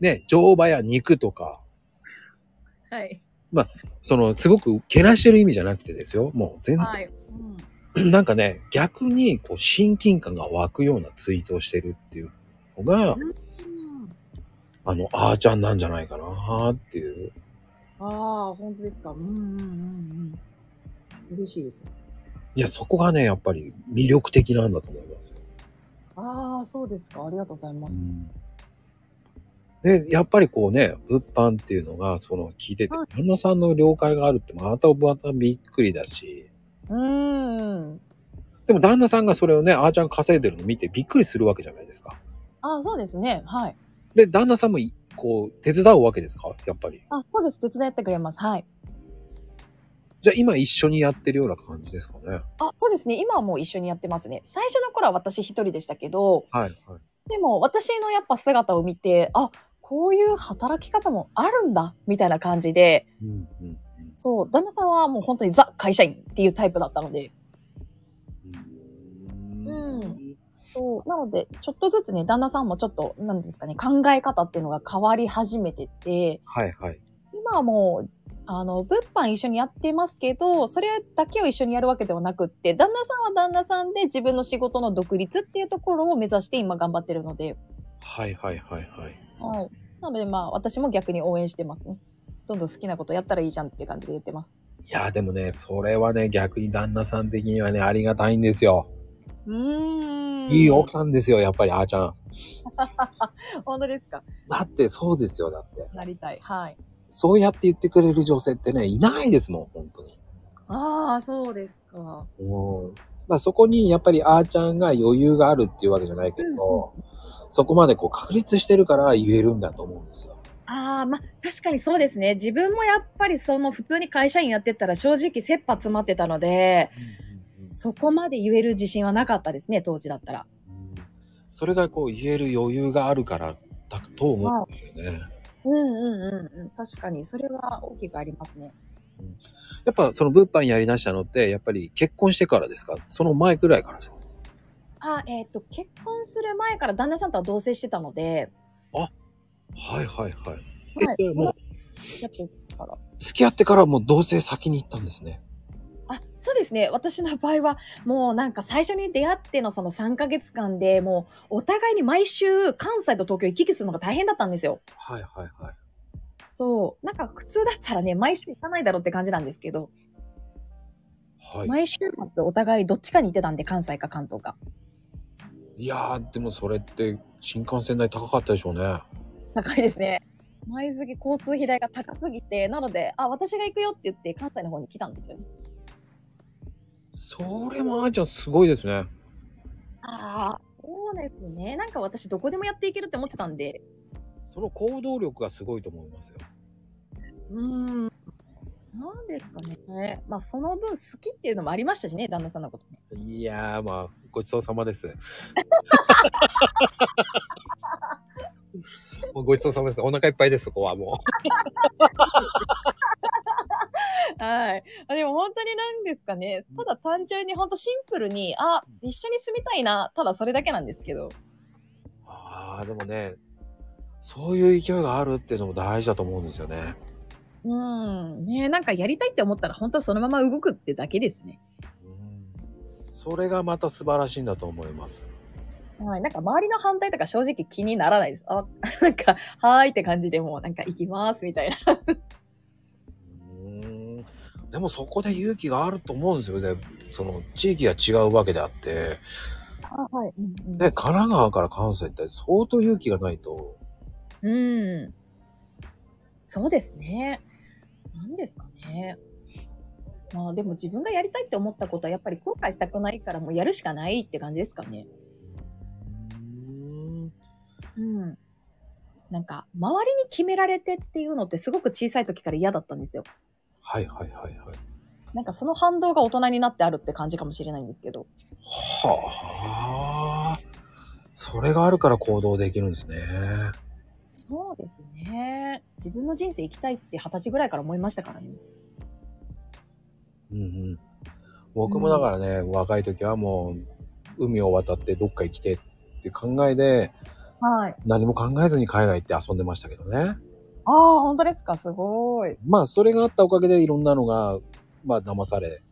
Speaker 1: ね、乗馬や肉とか、
Speaker 2: はい。
Speaker 1: その、すごくけなしてる意味じゃなくてですよ。もう全、
Speaker 2: はい。うん。
Speaker 1: なんかね、逆に、こう、親近感が湧くようなツイートをしてるっていうのが、
Speaker 2: うん
Speaker 1: あの、あーちゃんなんじゃないかなっていう。
Speaker 2: ああ、本当ですか。うんうんうんうん。嬉しいです。
Speaker 1: いや、そこがね、やっぱり魅力的なんだと思いますよ。
Speaker 2: ああ、そうですか。ありがとうございます。
Speaker 1: で、やっぱりこうね、物販っていうのが、その、聞いてて、
Speaker 2: は
Speaker 1: 旦那さんの了解があるって、またまたびっくりだし、
Speaker 2: うーん。
Speaker 1: でも旦那さんがそれをね、あーちゃん稼いでるの見てびっくりするわけじゃないですか。
Speaker 2: ああ、そうですね。はい。
Speaker 1: で、旦那さんもい、こう、手伝うわけですかやっぱり。
Speaker 2: あ、そうです。手伝ってくれます。はい。
Speaker 1: じゃあ今一緒にやってるような感じですかね。
Speaker 2: あ、そうですね。今はもう一緒にやってますね。最初の頃は私一人でしたけど、
Speaker 1: はい、はい。
Speaker 2: でも私のやっぱ姿を見て、あ、こういう働き方もあるんだ、みたいな感じで、
Speaker 1: うん、うん。
Speaker 2: そう、旦那さんはもう本当にザ会社員っていうタイプだったので、
Speaker 1: うん
Speaker 2: うそう、なので、ちょっとずつね、旦那さんもちょっと、なんですかね、考え方っていうのが変わり始めてて、
Speaker 1: はい、はい。
Speaker 2: 今はもう、あの、物販一緒にやってますけど、それだけを一緒にやるわけではなくって、旦那さんは旦那さんで自分の仕事の独立っていうところを目指して今頑張ってるので、
Speaker 1: はい、はい、はい、はい。
Speaker 2: はい。なのでまあ、私も逆に応援してますね。どんどん好きなことやったらいいじゃんっていう感じで言ってます。
Speaker 1: いや、でもね、それはね、逆に旦那さん的にはね、ありがたいんですよ。
Speaker 2: うーん。
Speaker 1: いい奥さんですよ、やっぱり、あーちゃん。
Speaker 2: 本当ですか。
Speaker 1: だって、そうですよ、だって。
Speaker 2: なりたい。はい。
Speaker 1: そうやって言ってくれる女性ってね、いないですもん、本当に。
Speaker 2: ああ、そうですか。
Speaker 1: うん。だからそこに、やっぱり、あーちゃんが余裕があるっていうわけじゃないけど、そこまでこう、確立してるから言えるんだと思うんですよ。
Speaker 2: ああ、まあ、確かにそうですね。自分もやっぱりその普通に会社員やってたら正直切羽詰まってたので、そこまで言える自信はなかったですね、当時だったら。
Speaker 1: うんそれがこう、言える余裕があるから、だと思うんですよね。
Speaker 2: うんうんうんうん。確かに、それは大きくありますね。
Speaker 1: やっぱ、その物販やり出したのって、やっぱり結婚してからですかその前くらいからですか
Speaker 2: あえっ、と、結婚する前から旦那さんとは同棲してたので、
Speaker 1: はいはいはい。
Speaker 2: はい
Speaker 1: え、じゃあもう、
Speaker 2: やってたから。
Speaker 1: 付き合ってからもう同棲先に行ったんですね。
Speaker 2: あ、そうですね。私の場合は、もうなんか最初に出会ってのその3ヶ月間で、もうお互いに毎週関西と東京行き来するのが大変だったんですよ。
Speaker 1: はいはいはい。
Speaker 2: そう。なんか普通だったらね、毎週行かないだろうって感じなんですけど、
Speaker 1: はい。
Speaker 2: 毎週末お互いどっちかに行ってたんで、関西か関東か。
Speaker 1: いやー、でもそれって新幹線代高かったでしょうね。
Speaker 2: 高いですね。毎月交通費代が高すぎて、なので、あ、私が行くよって言って関西の方に来たんですよね。
Speaker 1: それもあーちゃんすごいですね。
Speaker 2: ああ、そうですね。なんか私どこでもやっていけるって思ってたんで、
Speaker 1: その行動力がすごいと思いますよ。
Speaker 2: うーん。なんですかね。まあその分好きっていうのもありましたしね、旦那さんのことね。
Speaker 1: いやー、まあ、ごちそうさま です。もうごちそうさまです。お腹いっぱいです、そこはも
Speaker 2: はい。あでも本当になんですかね。ただ単純に本当シンプルに、あ、一緒に住みたいな、ただそれだけなんですけど。
Speaker 1: う。ああ、でもね、そういう勢いがあるっていうのも大事だと思うんですよね。
Speaker 2: うーん。ねなんかやりたいって思ったら本当そのまま動くってだけですね。
Speaker 1: うんそれがまた素晴らしいんだと思います。
Speaker 2: はい。なんか周りの反対とか正直気にならないです。あ、なんか、はーいって感じでもうなんか行きますみたいな。
Speaker 1: うんでもそこで勇気があると思うんですよね。その地域が違うわけであって。
Speaker 2: あ、はい。うん、
Speaker 1: ね、神奈川から関西って相当勇気がないと。
Speaker 2: うん。そうですね。なんですかね。まあでも自分がやりたいって思ったことはやっぱり後悔したくないからもうやるしかないって感じですかね。
Speaker 1: うん
Speaker 2: うん。なんか周りに決められてっていうのってすごく小さい時から嫌だったんですよ。
Speaker 1: はいはいはいはい。
Speaker 2: なんかその反動が大人になってあるって感じかもしれないんですけど。
Speaker 1: はあ。それがあるから行動できるんですね。
Speaker 2: そうですね。自分の人生生きたいって二十歳ぐらいから思いましたからね。
Speaker 1: うんうん。僕もだからね、若い時はもう、海を渡ってどっか行きてって考えで、
Speaker 2: はい。
Speaker 1: 何も考えずに海外行って遊んでましたけどね。
Speaker 2: ああ、本当ですか。すごい。
Speaker 1: まあ、それがあったおかげでいろんなのが、まあ、騙され。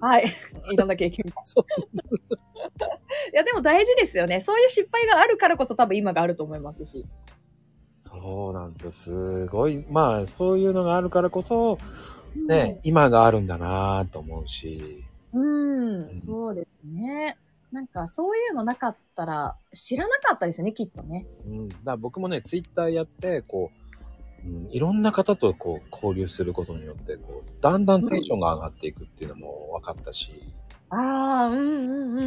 Speaker 2: はい。 いろんな経験
Speaker 1: そう
Speaker 2: いや、でも大事ですよね。そういう失敗があるからこそ多分今があると思いますし。
Speaker 1: そうなんですよ。すごい。まあ、そういうのがあるからこそ、ね、今があるんだなぁと思うし。
Speaker 2: うん。うん、そうですね。なんかそういうのなかったら知らなかったですね、きっとね。
Speaker 1: うん、だから僕もね、ツイッターやって、こう、うん、いろんな方とこう交流することによって、こう、だんだんテンションが上がっていくっていうのも分かったし、
Speaker 2: ああ、うんうんう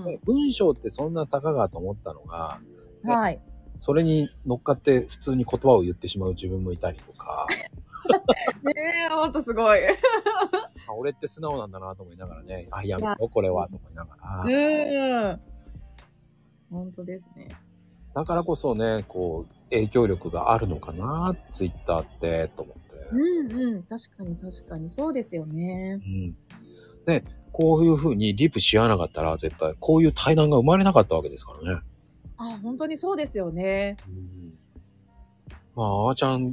Speaker 2: んう
Speaker 1: ね文章ってそんな高がと思ったのが、
Speaker 2: ん。はい。
Speaker 1: それに乗っかって普通に言葉を言ってしまう自分もいたりと か、
Speaker 2: ねえ、ほんとすごい。
Speaker 1: あ俺って素直なんだなと思いながらね、あ、やめろ、これは、と思いながら、
Speaker 2: うん。ほんとですね。
Speaker 1: だからこそね、こう、影響力があるのかな、ツイッターって、と思って。
Speaker 2: うんうん。確かに確かに。そうですよね。
Speaker 1: うん。で、こういうふうにリプし合わなかったら、絶対こういう対談が生まれなかったわけですからね。
Speaker 2: あ本当にそうですよね。
Speaker 1: まあ、あーちゃんっ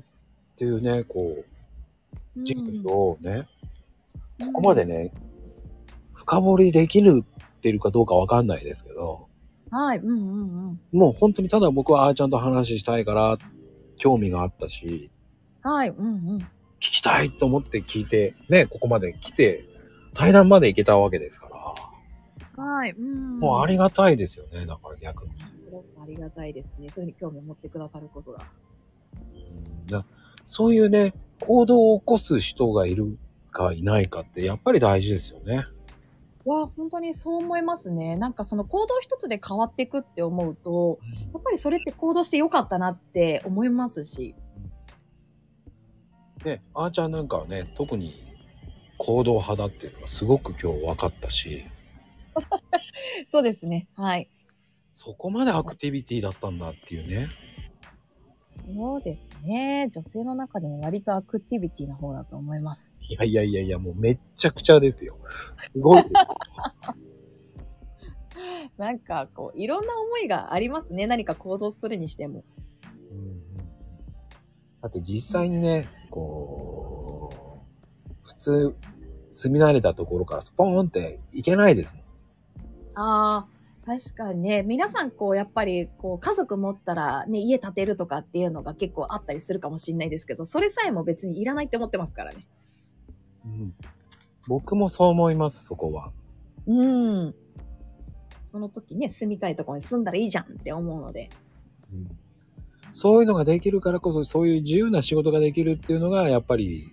Speaker 1: ていうね、こ
Speaker 2: う
Speaker 1: う、
Speaker 2: ん
Speaker 1: 人物をね、ここまで。ね、深掘りできるってるかどうかわかんないですけど、
Speaker 2: はい。うんうんうん。
Speaker 1: もう本当にただ僕はあーちゃんと話したいから、興味があったし、
Speaker 2: はい。うんうん。
Speaker 1: 聞きたいと思って聞いて、ね、ここまで来て、対談まで行けたわけですから、
Speaker 2: はい。うん。
Speaker 1: もうありがたいですよね、だから逆に。
Speaker 2: すごくありがたいですね。そういうふうに興味を持ってくださることが。
Speaker 1: だそういうね、行動を起こす人がいるかいないかって、やっぱり大事ですよね。
Speaker 2: わあ、本当にそう思いますね。なんかその行動一つで変わっていくって思うと、やっぱりそれって行動してよかったなって思いますし。
Speaker 1: ね、あーちゃんなんかはね、特に行動派だっていうのがすごく今日分かったし、
Speaker 2: そうですね。はい。
Speaker 1: そこまでアクティビティだったんだっていうね。
Speaker 2: そうですね。女性の中でも割とアクティビティな方だと思います。
Speaker 1: いやいやいやいや、もうめっちゃくちゃですよ。すごいですよ。
Speaker 2: なんかこう、いろんな思いがありますね。何か行動するにしても。
Speaker 1: うんうんだって実際にね、こう、普通、住み慣れたところからスポーンっていけないですもん。
Speaker 2: ああ、確かにね、皆さんこう、やっぱり、こう、家族持ったらね、家建てるとかっていうのが結構あったりするかもしれないですけど、それさえも別にいらないって思ってますからね。
Speaker 1: うん、僕もそう思います、そこは。
Speaker 2: うん。その時ね、住みたいところに住んだらいいじゃんって思うので。
Speaker 1: うん、そういうのができるからこそ、そういう自由な仕事ができるっていうのが、やっぱり、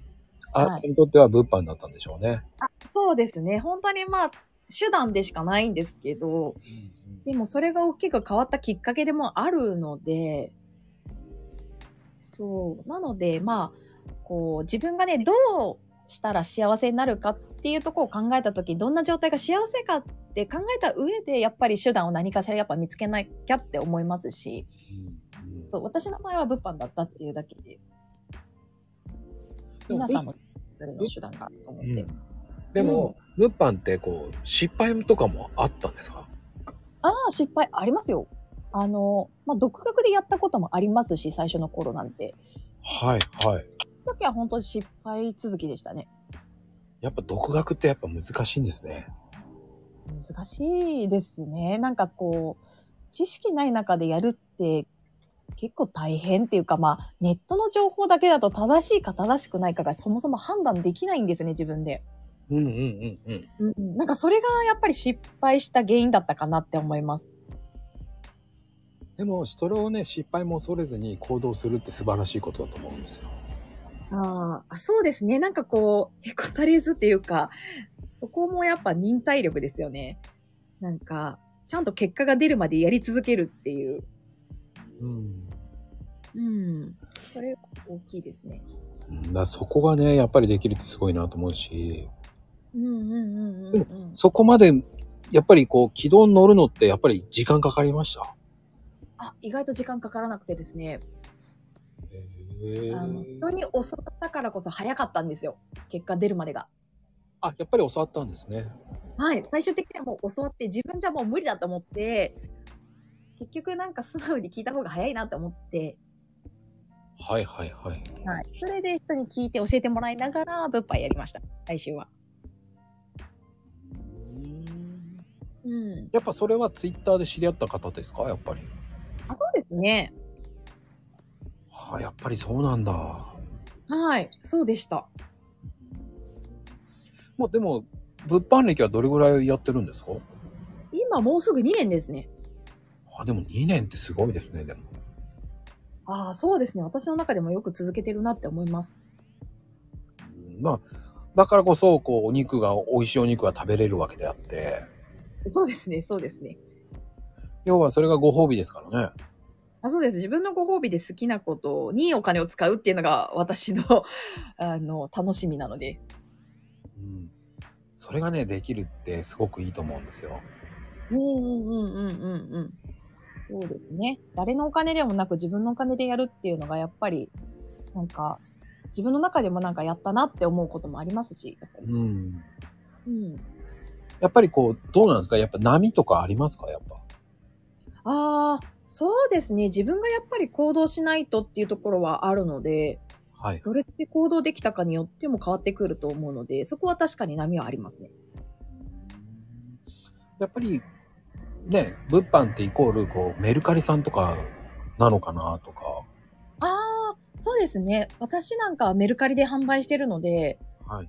Speaker 1: あ、
Speaker 2: はい
Speaker 1: にとっては物販だったんでしょうね。
Speaker 2: あ、そうですね。本当にまあ、手段でしかないんですけど、でもそれが大きく変わったきっかけでもあるので、そう。なので、まあ、こう、自分がね、どうしたら幸せになるかっていうところを考えたとき、どんな状態が幸せかって考えた上で、やっぱり手段を何かしらやっぱ見つけなきゃって思いますし、
Speaker 1: うんうん
Speaker 2: そう、私の場合は物販だったっていうだけで、
Speaker 1: でも
Speaker 2: 皆さんもそれの手段があると思っ
Speaker 1: う
Speaker 2: て。
Speaker 1: んでも、物販ってこう、失敗とかもあったんですか
Speaker 2: ああ、失敗ありますよ。あの、まあ、独学でやったこともありますし、最初の頃なんて。
Speaker 1: はいはい。
Speaker 2: その時は本当に失敗続きでしたね。
Speaker 1: やっぱ独学ってやっぱ難しいんですね。
Speaker 2: 難しいですね。なんかこう、知識ない中でやるって結構大変っていうか、まあ、ネットの情報だけだと正しいか正しくないかがそもそも判断できないんですね、自分で。
Speaker 1: うんうんうんうん。
Speaker 2: うん、なんかそれがやっぱり失敗した原因だったかなって思います。
Speaker 1: でも、それをね、失敗も恐れずに行動するって素晴らしいことだと思うんですよ。
Speaker 2: ああ、そうですね。なんかこう、へこたれずっていうか、そこもやっぱ忍耐力ですよね。なんか、ちゃんと結果が出るまでやり続けるっていう。
Speaker 1: うん。
Speaker 2: うん。それが大きいですね。
Speaker 1: だからそこがね、やっぱりできるってすごいなと思うし、
Speaker 2: うんうんうんうん、うん。
Speaker 1: そこまで、やっぱりこう、軌道に乗るのってやっぱり時間かかりました。
Speaker 2: あ、意外と時間かからなくてですね。
Speaker 1: へ
Speaker 2: あの、人に教わったからこそ早かったんですよ。結果出るまでが。
Speaker 1: あ、やっぱり教わったんですね。
Speaker 2: はい。最終的にはもう教わって、自分じゃもう無理だと思って、結局なんか素直に聞いた方が早いなと思って、
Speaker 1: はいはいはい。
Speaker 2: はい。それで人に聞いて教えてもらいながら、物販やりました。来週は。うん。
Speaker 1: やっぱそれはツイッターで知り合った方ですかやっぱり。
Speaker 2: あ、そうですね。
Speaker 1: はあ、やっぱりそうなんだ。
Speaker 2: はい。そうでした。
Speaker 1: もうでも、物販歴はどれぐらいやってるんですか
Speaker 2: 今もうすぐ2年ですね。
Speaker 1: あ、でも2年ってすごいですね、でも。
Speaker 2: ああ、そうですね。私の中でもよく続けてるなって思います。
Speaker 1: うんまあ、だからこそ、こう、お肉が、美味しいお肉が食べれるわけであって、
Speaker 2: そうですね。そうですね。
Speaker 1: 要はそれがご褒美ですからね。
Speaker 2: あそうです。自分のご褒美で好きなことにお金を使うっていうのが 私のあの楽しみなので。
Speaker 1: うん。それがね、できるってすごくいいと思うんですよ。
Speaker 2: うんうんうんうんうんうん。そうですね。誰のお金でもなく自分のお金でやるっていうのがやっぱりなんか自分の中でもなんかやったなって思うこともありますし。やっぱり
Speaker 1: うん。
Speaker 2: うん、
Speaker 1: やっぱりこう、どうなんですかやっぱ波とかありますかやっぱ。
Speaker 2: ああ、そうですね。自分がやっぱり行動しないとっていうところはあるので、
Speaker 1: はい。
Speaker 2: どれだけ行動できたかによっても変わってくると思うので、そこは確かに波はありますね。
Speaker 1: やっぱり、ね、物販ってイコール、こう、メルカリさんとかなのかなとか。
Speaker 2: ああ、そうですね。私なんかはメルカリで販売してるので、
Speaker 1: はい。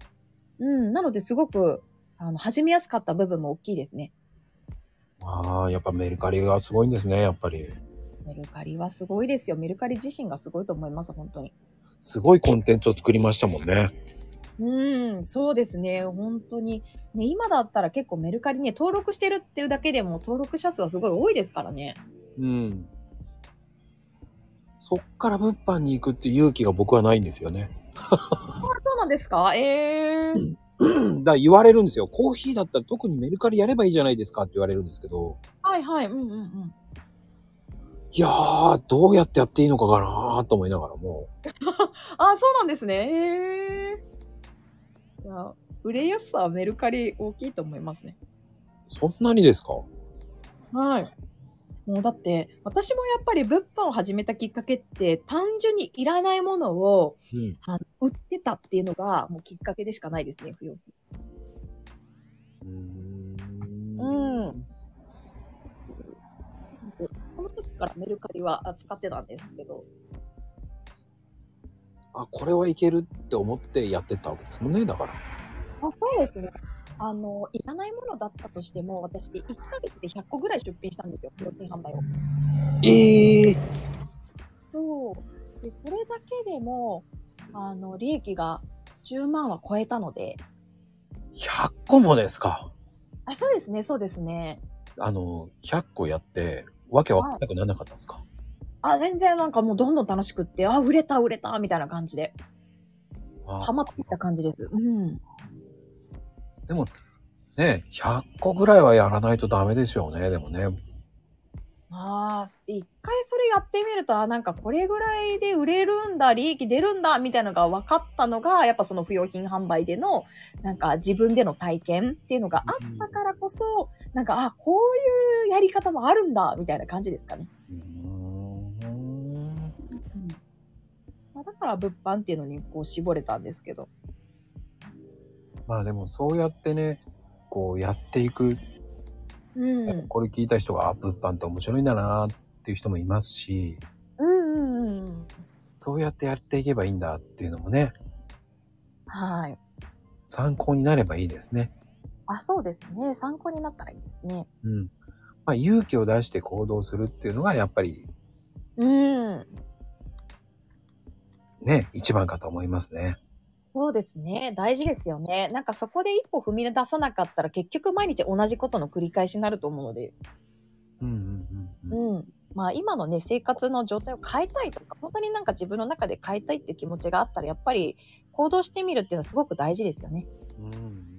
Speaker 2: うん、なのですごく、あの、始めやすかった部分も大きいですね。
Speaker 1: ああ、やっぱメルカリがすごいんですね、やっぱり。
Speaker 2: メルカリはすごいですよ。メルカリ自身がすごいと思います、本当に。
Speaker 1: すごいコンテンツを作りましたもんね。
Speaker 2: うん、そうですね。本当に。ね、今だったら結構メルカリね、登録してるっていうだけでも登録者数はすごい多いですからね。
Speaker 1: うん。そっから物販に行くって勇気が僕はないんですよね。
Speaker 2: そうなんですかええー。
Speaker 1: だから言われるんですよ。コーヒーだったら特にメルカリやればいいじゃないですかって言われるんですけど、
Speaker 2: はいはい、うんうんうん。
Speaker 1: いやー、どうやってやっていいのかかなーと思いながらも。
Speaker 2: あ、そうなんですね。ええー。いや、売れやすさはメルカリ大きいと思いますね。
Speaker 1: そんなにですか
Speaker 2: はい。もうだって、私もやっぱり物販を始めたきっかけって、単純にいらないものを
Speaker 1: うん。
Speaker 2: あの売ってたっていうのが、もうきっかけでしかないですね、不要品。
Speaker 1: うーん
Speaker 2: うん。この時からメルカリは扱ってたんですけど、
Speaker 1: あ、これはいけるって思ってやってったわけですもんね、だから。
Speaker 2: あそうですね。あの、いらないものだったとしても、私、1ヶ月で100個ぐらい出品したんですよ、不要品販売を。
Speaker 1: ええ
Speaker 2: そう。で、それだけでも、あの、利益が10万は超えたので、
Speaker 1: 100個もですか。
Speaker 2: あ、そうですね、そうですね。
Speaker 1: あの、100個やって、わけわかんなくならなかったんですか、
Speaker 2: あ、全然なんかもうどんどん楽しくって、あ、売れた、売れた、みたいな感じで、
Speaker 1: あ
Speaker 2: ハマっていった感じです。うん。
Speaker 1: ね100個ぐらいはやらないとダメですよね、でもね。
Speaker 2: ああ、一回それやってみると、あ、なんかこれぐらいで売れるんだ、利益出るんだ、みたいなのが分かったのが、やっぱその不用品販売での、なんか自分での体験っていうのがあったからこそ、なんか、あ、こういうやり方もあるんだ、みたいな感じですかね。
Speaker 1: うーん
Speaker 2: まあ、だから物販っていうのにこう絞れたんですけど。
Speaker 1: まあでもそうやってね、こうやっていく。
Speaker 2: うん。うん
Speaker 1: これ聞いた人が、あ、物販って面白いんだなっていう人もいますし、
Speaker 2: うんうん。
Speaker 1: そうやってやっていけばいいんだっていうのもね、
Speaker 2: はい。
Speaker 1: 参考になればいいですね。
Speaker 2: あ、そうですね。参考になったらいいですね。
Speaker 1: うん。まあ勇気を出して行動するっていうのがやっぱり
Speaker 2: うん。
Speaker 1: ね、一番かと思いますね。
Speaker 2: そうですね。大事ですよね。なんかそこで一歩踏み出さなかったら結局毎日同じことの繰り返しになると思うので。
Speaker 1: うんうんうんうん。
Speaker 2: うん。まあ今のね、生活の状態を変えたいとか、本当になんか自分の中で変えたいっていう気持ちがあったら、やっぱり行動してみるっていうのはすごく大事ですよね。
Speaker 1: うんうんうん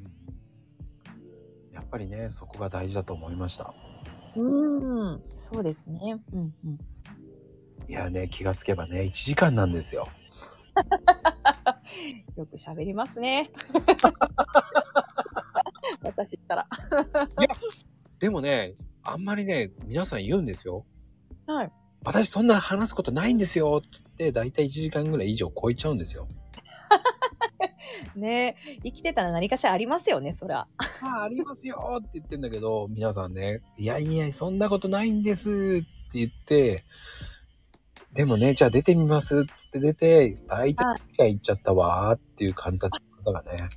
Speaker 1: やっぱりね、そこが大事だと思いました。
Speaker 2: うん。そうですね。うんうん。
Speaker 1: いやね、気がつけばね、1時間なんですよ。
Speaker 2: よく喋ります ね。私ったら。
Speaker 1: でもね、あんまりね、皆さん言うんですよ。
Speaker 2: はい。
Speaker 1: 私そんな話すことないんですよって言って、だいたい1時間ぐらい以上超えちゃうんですよ。
Speaker 2: ねえ生きてたら何かしらありますよね、そりゃ。
Speaker 1: ああ、ありますよって言ってんだけど、皆さんね、いやいや、そんなことないんですって言って、でもね、じゃあ出てみますって出て、大体機会行っちゃったわーっていう形の方がね、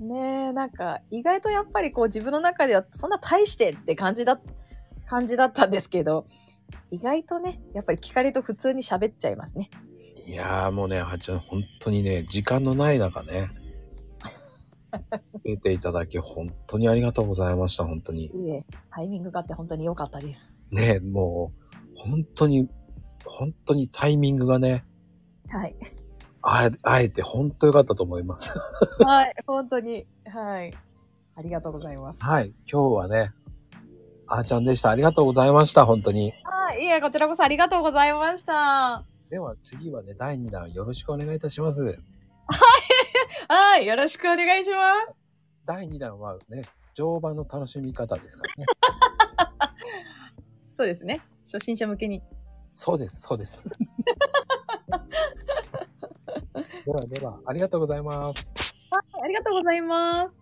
Speaker 2: ねえ、なんか、意外とやっぱりこう自分の中ではそんな大してって感じだ、感じだったんですけど、意外とね、やっぱり聞かれると普通に喋っちゃいますね。
Speaker 1: いやーもうね、あっちゃん、本当にね、時間のない中 ね、出ていただき、本当にありがとうございました、本当に。
Speaker 2: いえタイミングがあって本当に良かったです。
Speaker 1: ね、もう、本当に、本当にタイミングがね、
Speaker 2: はい。
Speaker 1: あえあえて本当良かったと思います。
Speaker 2: はい、本当に。はい。ありがとうございます。
Speaker 1: はい、今日はね、あーちゃんでした。ありがとうございました、本当に。
Speaker 2: はい、いえ、こちらこそありがとうございました。
Speaker 1: では次はね、第2弾よろしくお願いいたします。
Speaker 2: はい、よろしくお願いします。
Speaker 1: 第2弾はね、乗馬の楽しみ方ですからね。
Speaker 2: そうですね。初心者向けに。
Speaker 1: そうです、そうです。 ではでは、ありがとうございます。
Speaker 2: ありがとうございます。